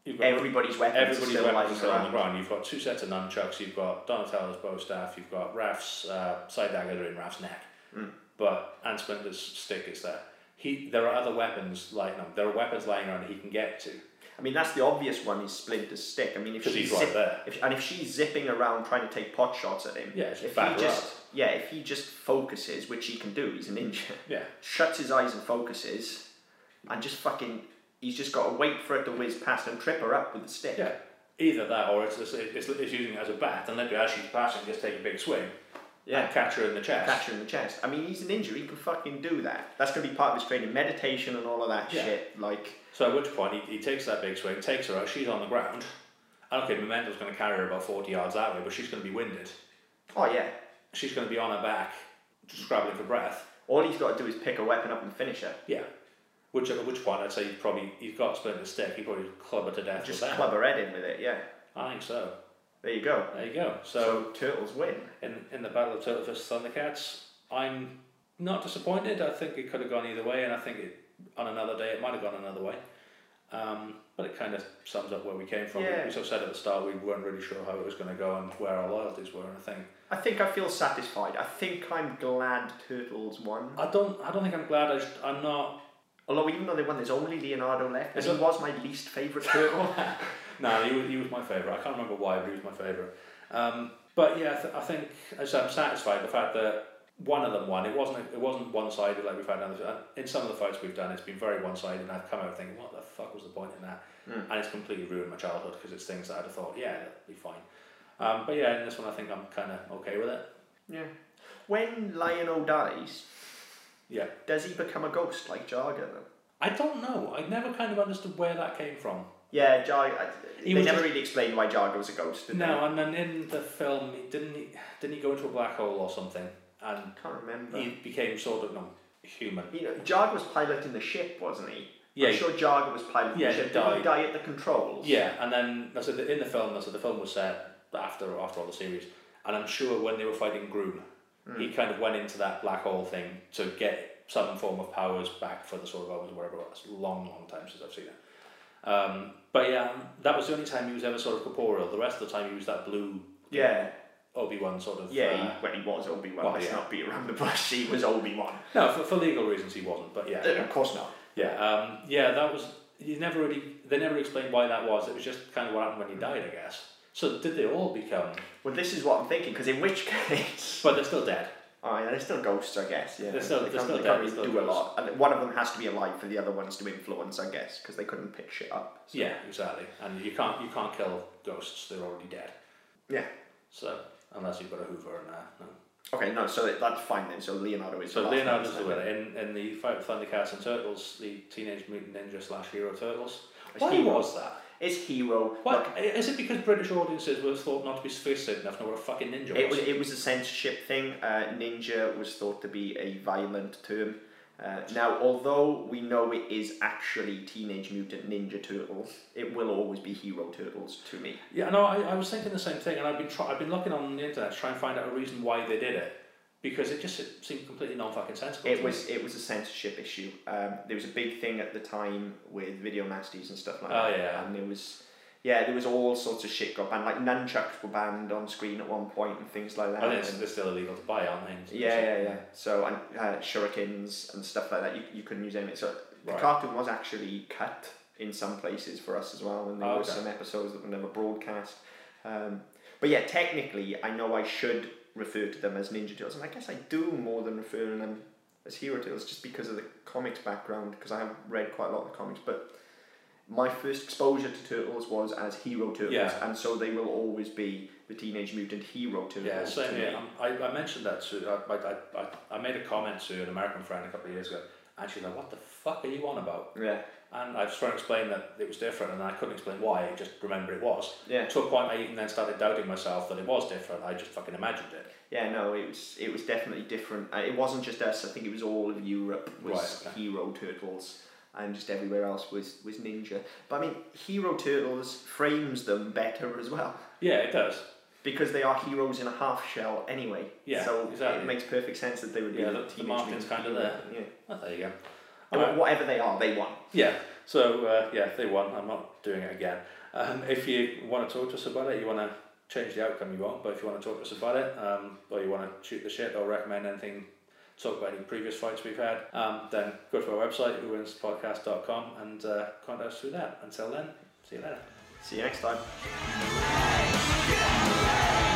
Speaker 2: you've got
Speaker 1: everybody's weapons
Speaker 2: everybody's
Speaker 1: are still
Speaker 2: weapons are
Speaker 1: lying
Speaker 2: still on the
Speaker 1: around.
Speaker 2: ground. You've got two sets of nunchucks. You've got Donatello's bow staff. You've got Raph's uh, side dagger in Raph's neck,
Speaker 1: Hmm.
Speaker 2: but and Splinter's stick is there. He there are other weapons like no, there are weapons lying around he can get to.
Speaker 1: I mean, that's the obvious one is Splinter's stick. I mean, if
Speaker 2: 'Cause
Speaker 1: she's
Speaker 2: he's right
Speaker 1: zip-
Speaker 2: there.
Speaker 1: if, and if she's zipping around trying to take pot shots at him,
Speaker 2: Yeah,
Speaker 1: if
Speaker 2: just
Speaker 1: he
Speaker 2: back her
Speaker 1: just
Speaker 2: up.
Speaker 1: yeah, if he just focuses, which he can do, he's a ninja.
Speaker 2: Yeah.
Speaker 1: Shuts his eyes and focuses, and just fucking, he's just got to wait for it to whiz past and trip her up with the stick.
Speaker 2: Yeah, either that or it's it's, it's, it's using it as a bat and literally as she's passing, just take a big swing.
Speaker 1: Yeah.
Speaker 2: and catch her in the chest.
Speaker 1: Catch her in the chest. I mean, he's an ninja. He can fucking do that. That's gonna be part of his training, meditation and all of that
Speaker 2: Yeah.
Speaker 1: shit. Like,
Speaker 2: So at which point he, he takes that big swing, takes her out, she's on the ground. And okay, Memento's going to carry her about 40 yards that way, but she's going to be winded.
Speaker 1: oh yeah,
Speaker 2: She's going to be on her back, just scrabbling for breath.
Speaker 1: all he's got to do is pick a weapon up and finish her.
Speaker 2: Yeah. Which at which point I'd say he's probably, he's got Splinter's stick, he probably club her to death
Speaker 1: Just
Speaker 2: with that.
Speaker 1: club her head in with it. Yeah,
Speaker 2: I think so.
Speaker 1: there you go.
Speaker 2: There you go. So
Speaker 1: So turtles win.
Speaker 2: in, in the Battle of Turtle vs Thundercats, I'm not disappointed. I think it could have gone either way, and I think it, on another day it might have gone another way. Um, but it kind of sums up where we came from.
Speaker 1: Yeah.
Speaker 2: We sort of said at the start we weren't really sure how it was going to go and where our loyalties were, and I think
Speaker 1: I think I feel satisfied. I think I'm glad Turtles won.
Speaker 2: I don't I don't think I'm glad. I just, I'm not.
Speaker 1: Although even though they won, there's only Leonardo left, and
Speaker 2: It's
Speaker 1: he was my least favourite turtle.
Speaker 2: No, he was, he was my favourite. I can't remember why, but he was my favourite. Um, but yeah, I, th- I think as I'm satisfied the fact that one of them won. It wasn't it wasn't one sided like we've had in other in some of the fights we've done. It's been very one sided, and I've come out thinking, what the fuck was the point in that? And it's completely ruined my childhood because it's things that I'd have thought, yeah, that'd be fine. Um, but yeah, in this one, I think I'm kind of okay with it.
Speaker 1: yeah. When Lion-O dies,
Speaker 2: Yeah,
Speaker 1: does he become a ghost like Jarga then?
Speaker 2: I don't know. I never kind of understood where that came from.
Speaker 1: Yeah, Jarga.
Speaker 2: He
Speaker 1: They
Speaker 2: was
Speaker 1: never
Speaker 2: just-
Speaker 1: really explained why Jarga was a ghost, did
Speaker 2: No, and then in the film, didn't he didn't he go into a black hole or something? And
Speaker 1: they? I can't remember.
Speaker 2: he became sort of no, human.
Speaker 1: You know, Jarga was piloting the ship, wasn't he?
Speaker 2: Yeah.
Speaker 1: I'm sure Jarga was piloting
Speaker 2: Yeah,
Speaker 1: the
Speaker 2: he
Speaker 1: ship. Did
Speaker 2: died.
Speaker 1: he die at the controls?
Speaker 2: Yeah, and then that's it, in the film. That's it, the film was set after after all the series, and I'm sure when they were fighting Groom, he kind of went into that black hole thing to get some form of powers back for the Sword of Omens, or whatever it was. Long, long time since I've seen it. Um, but yeah, that was the only time he was ever sort of corporeal. The rest of the time he was that blue
Speaker 1: Yeah.
Speaker 2: Obi Wan sort of.
Speaker 1: Yeah,
Speaker 2: uh,
Speaker 1: he, when he was Obi-Wan,
Speaker 2: well,
Speaker 1: let's
Speaker 2: yeah.
Speaker 1: not beat around the bush, he was Obi-Wan.
Speaker 2: no, for, for legal reasons he wasn't, but yeah.
Speaker 1: Of course not.
Speaker 2: Yeah, um, yeah, that was. You never really. They never explained why that was. It was just kind of what happened when he died, I guess. So did they all become?
Speaker 1: Well, this is what I'm thinking, because in which case,
Speaker 2: But they're still dead.
Speaker 1: oh yeah, they're still ghosts, I guess. Yeah,
Speaker 2: They're still-
Speaker 1: they
Speaker 2: they're
Speaker 1: can't,
Speaker 2: still
Speaker 1: they
Speaker 2: dead,
Speaker 1: can't really
Speaker 2: they're still
Speaker 1: do a lot. And one of them has to be alive for the other ones to influence, I guess, because they couldn't pick shit up. So,
Speaker 2: Yeah, exactly. And you can't you can't kill ghosts. They're already dead.
Speaker 1: yeah.
Speaker 2: So unless you've got a Hoover and uh, no.
Speaker 1: Okay, no, so that- that's fine then. So Leonardo is. the
Speaker 2: So
Speaker 1: last one,
Speaker 2: Leonardo's the
Speaker 1: so-
Speaker 2: winner in, in the fight with Thundercats and Turtles, the Teenage Mutant Ninja slash Hero Turtles.
Speaker 1: It's
Speaker 2: Why
Speaker 1: hero.
Speaker 2: was that?
Speaker 1: It's hero.
Speaker 2: Why, is it because British audiences were thought not to be sophisticated enough to know what a fucking ninja was?
Speaker 1: It was, it was a censorship thing. Uh, ninja was thought to be a violent term. Uh, now, although we know it is actually Teenage Mutant Ninja Turtles, it will always be Hero Turtles to me.
Speaker 2: Yeah, no, I, I was thinking the same thing, and I've been try- I've been looking on the internet to try and find out a reason why they did it, because it just se- seemed completely non fucking sensible.
Speaker 1: It was it was a censorship issue. Um, there was a big thing at the time with video nasties and stuff like
Speaker 2: Oh,
Speaker 1: that.
Speaker 2: yeah.
Speaker 1: And there was yeah, there was all sorts of shit got banned. Like nunchucks were banned on screen at one point and things like that.
Speaker 2: I think it's-
Speaker 1: And-
Speaker 2: they're still illegal to buy, aren't they?
Speaker 1: yeah, yeah, yeah. So and uh, shurikens and stuff like that. You, you couldn't use any. of it. So the
Speaker 2: Right.
Speaker 1: cartoon was actually cut in some places for us as well, and there
Speaker 2: Oh,
Speaker 1: were
Speaker 2: okay.
Speaker 1: some episodes that were never broadcast. Um, but yeah, technically, I know I should refer to them as Ninja Turtles, and I guess I do more than referring them as hero tales just because of the comics background because I have read quite a lot of the comics, but my first exposure to turtles was as hero turtles,
Speaker 2: Yeah.
Speaker 1: and so they will always be the teenage mutant hero turtles.
Speaker 2: Yeah, same
Speaker 1: to
Speaker 2: here.
Speaker 1: me.
Speaker 2: I, I mentioned that to I, I, I, I made a comment to an American friend a couple of years ago, and she's like, "What the fuck are you on about?"
Speaker 1: Yeah,
Speaker 2: And I was trying to explain that it was different, and I couldn't explain why. I just remember it was.
Speaker 1: yeah,
Speaker 2: To a point, I even then started doubting myself that it was different. I just fucking imagined it.
Speaker 1: yeah. No, it was it was definitely different. Uh, It wasn't just us. I think it was all of Europe was
Speaker 2: Right, okay.
Speaker 1: hero turtles, and just everywhere else was was ninja. But I mean, hero turtles frames them better as well.
Speaker 2: Yeah, it does.
Speaker 1: because they are heroes in a half shell anyway.
Speaker 2: Yeah,
Speaker 1: so
Speaker 2: exactly.
Speaker 1: it makes perfect sense that they would be
Speaker 2: Yeah,
Speaker 1: the,
Speaker 2: the- the
Speaker 1: teenage
Speaker 2: Martin's
Speaker 1: mutant
Speaker 2: kinda
Speaker 1: hero.
Speaker 2: there.
Speaker 1: Yeah,
Speaker 2: Oh, there you go.
Speaker 1: And
Speaker 2: Alright.
Speaker 1: whatever they are, they won.
Speaker 2: Yeah. So uh, yeah, they won. I'm not doing it again. Um, if you want to talk to us about it, you want to change the outcome, you won't. But if you want to talk to us about it, um, or you want to shoot the shit, or recommend anything, talk about any previous fights we've had, um, then go to our website, whowinspodcast.com, and uh, contact us through that. Until then, see you later.
Speaker 1: See you next time.
Speaker 3: Get away!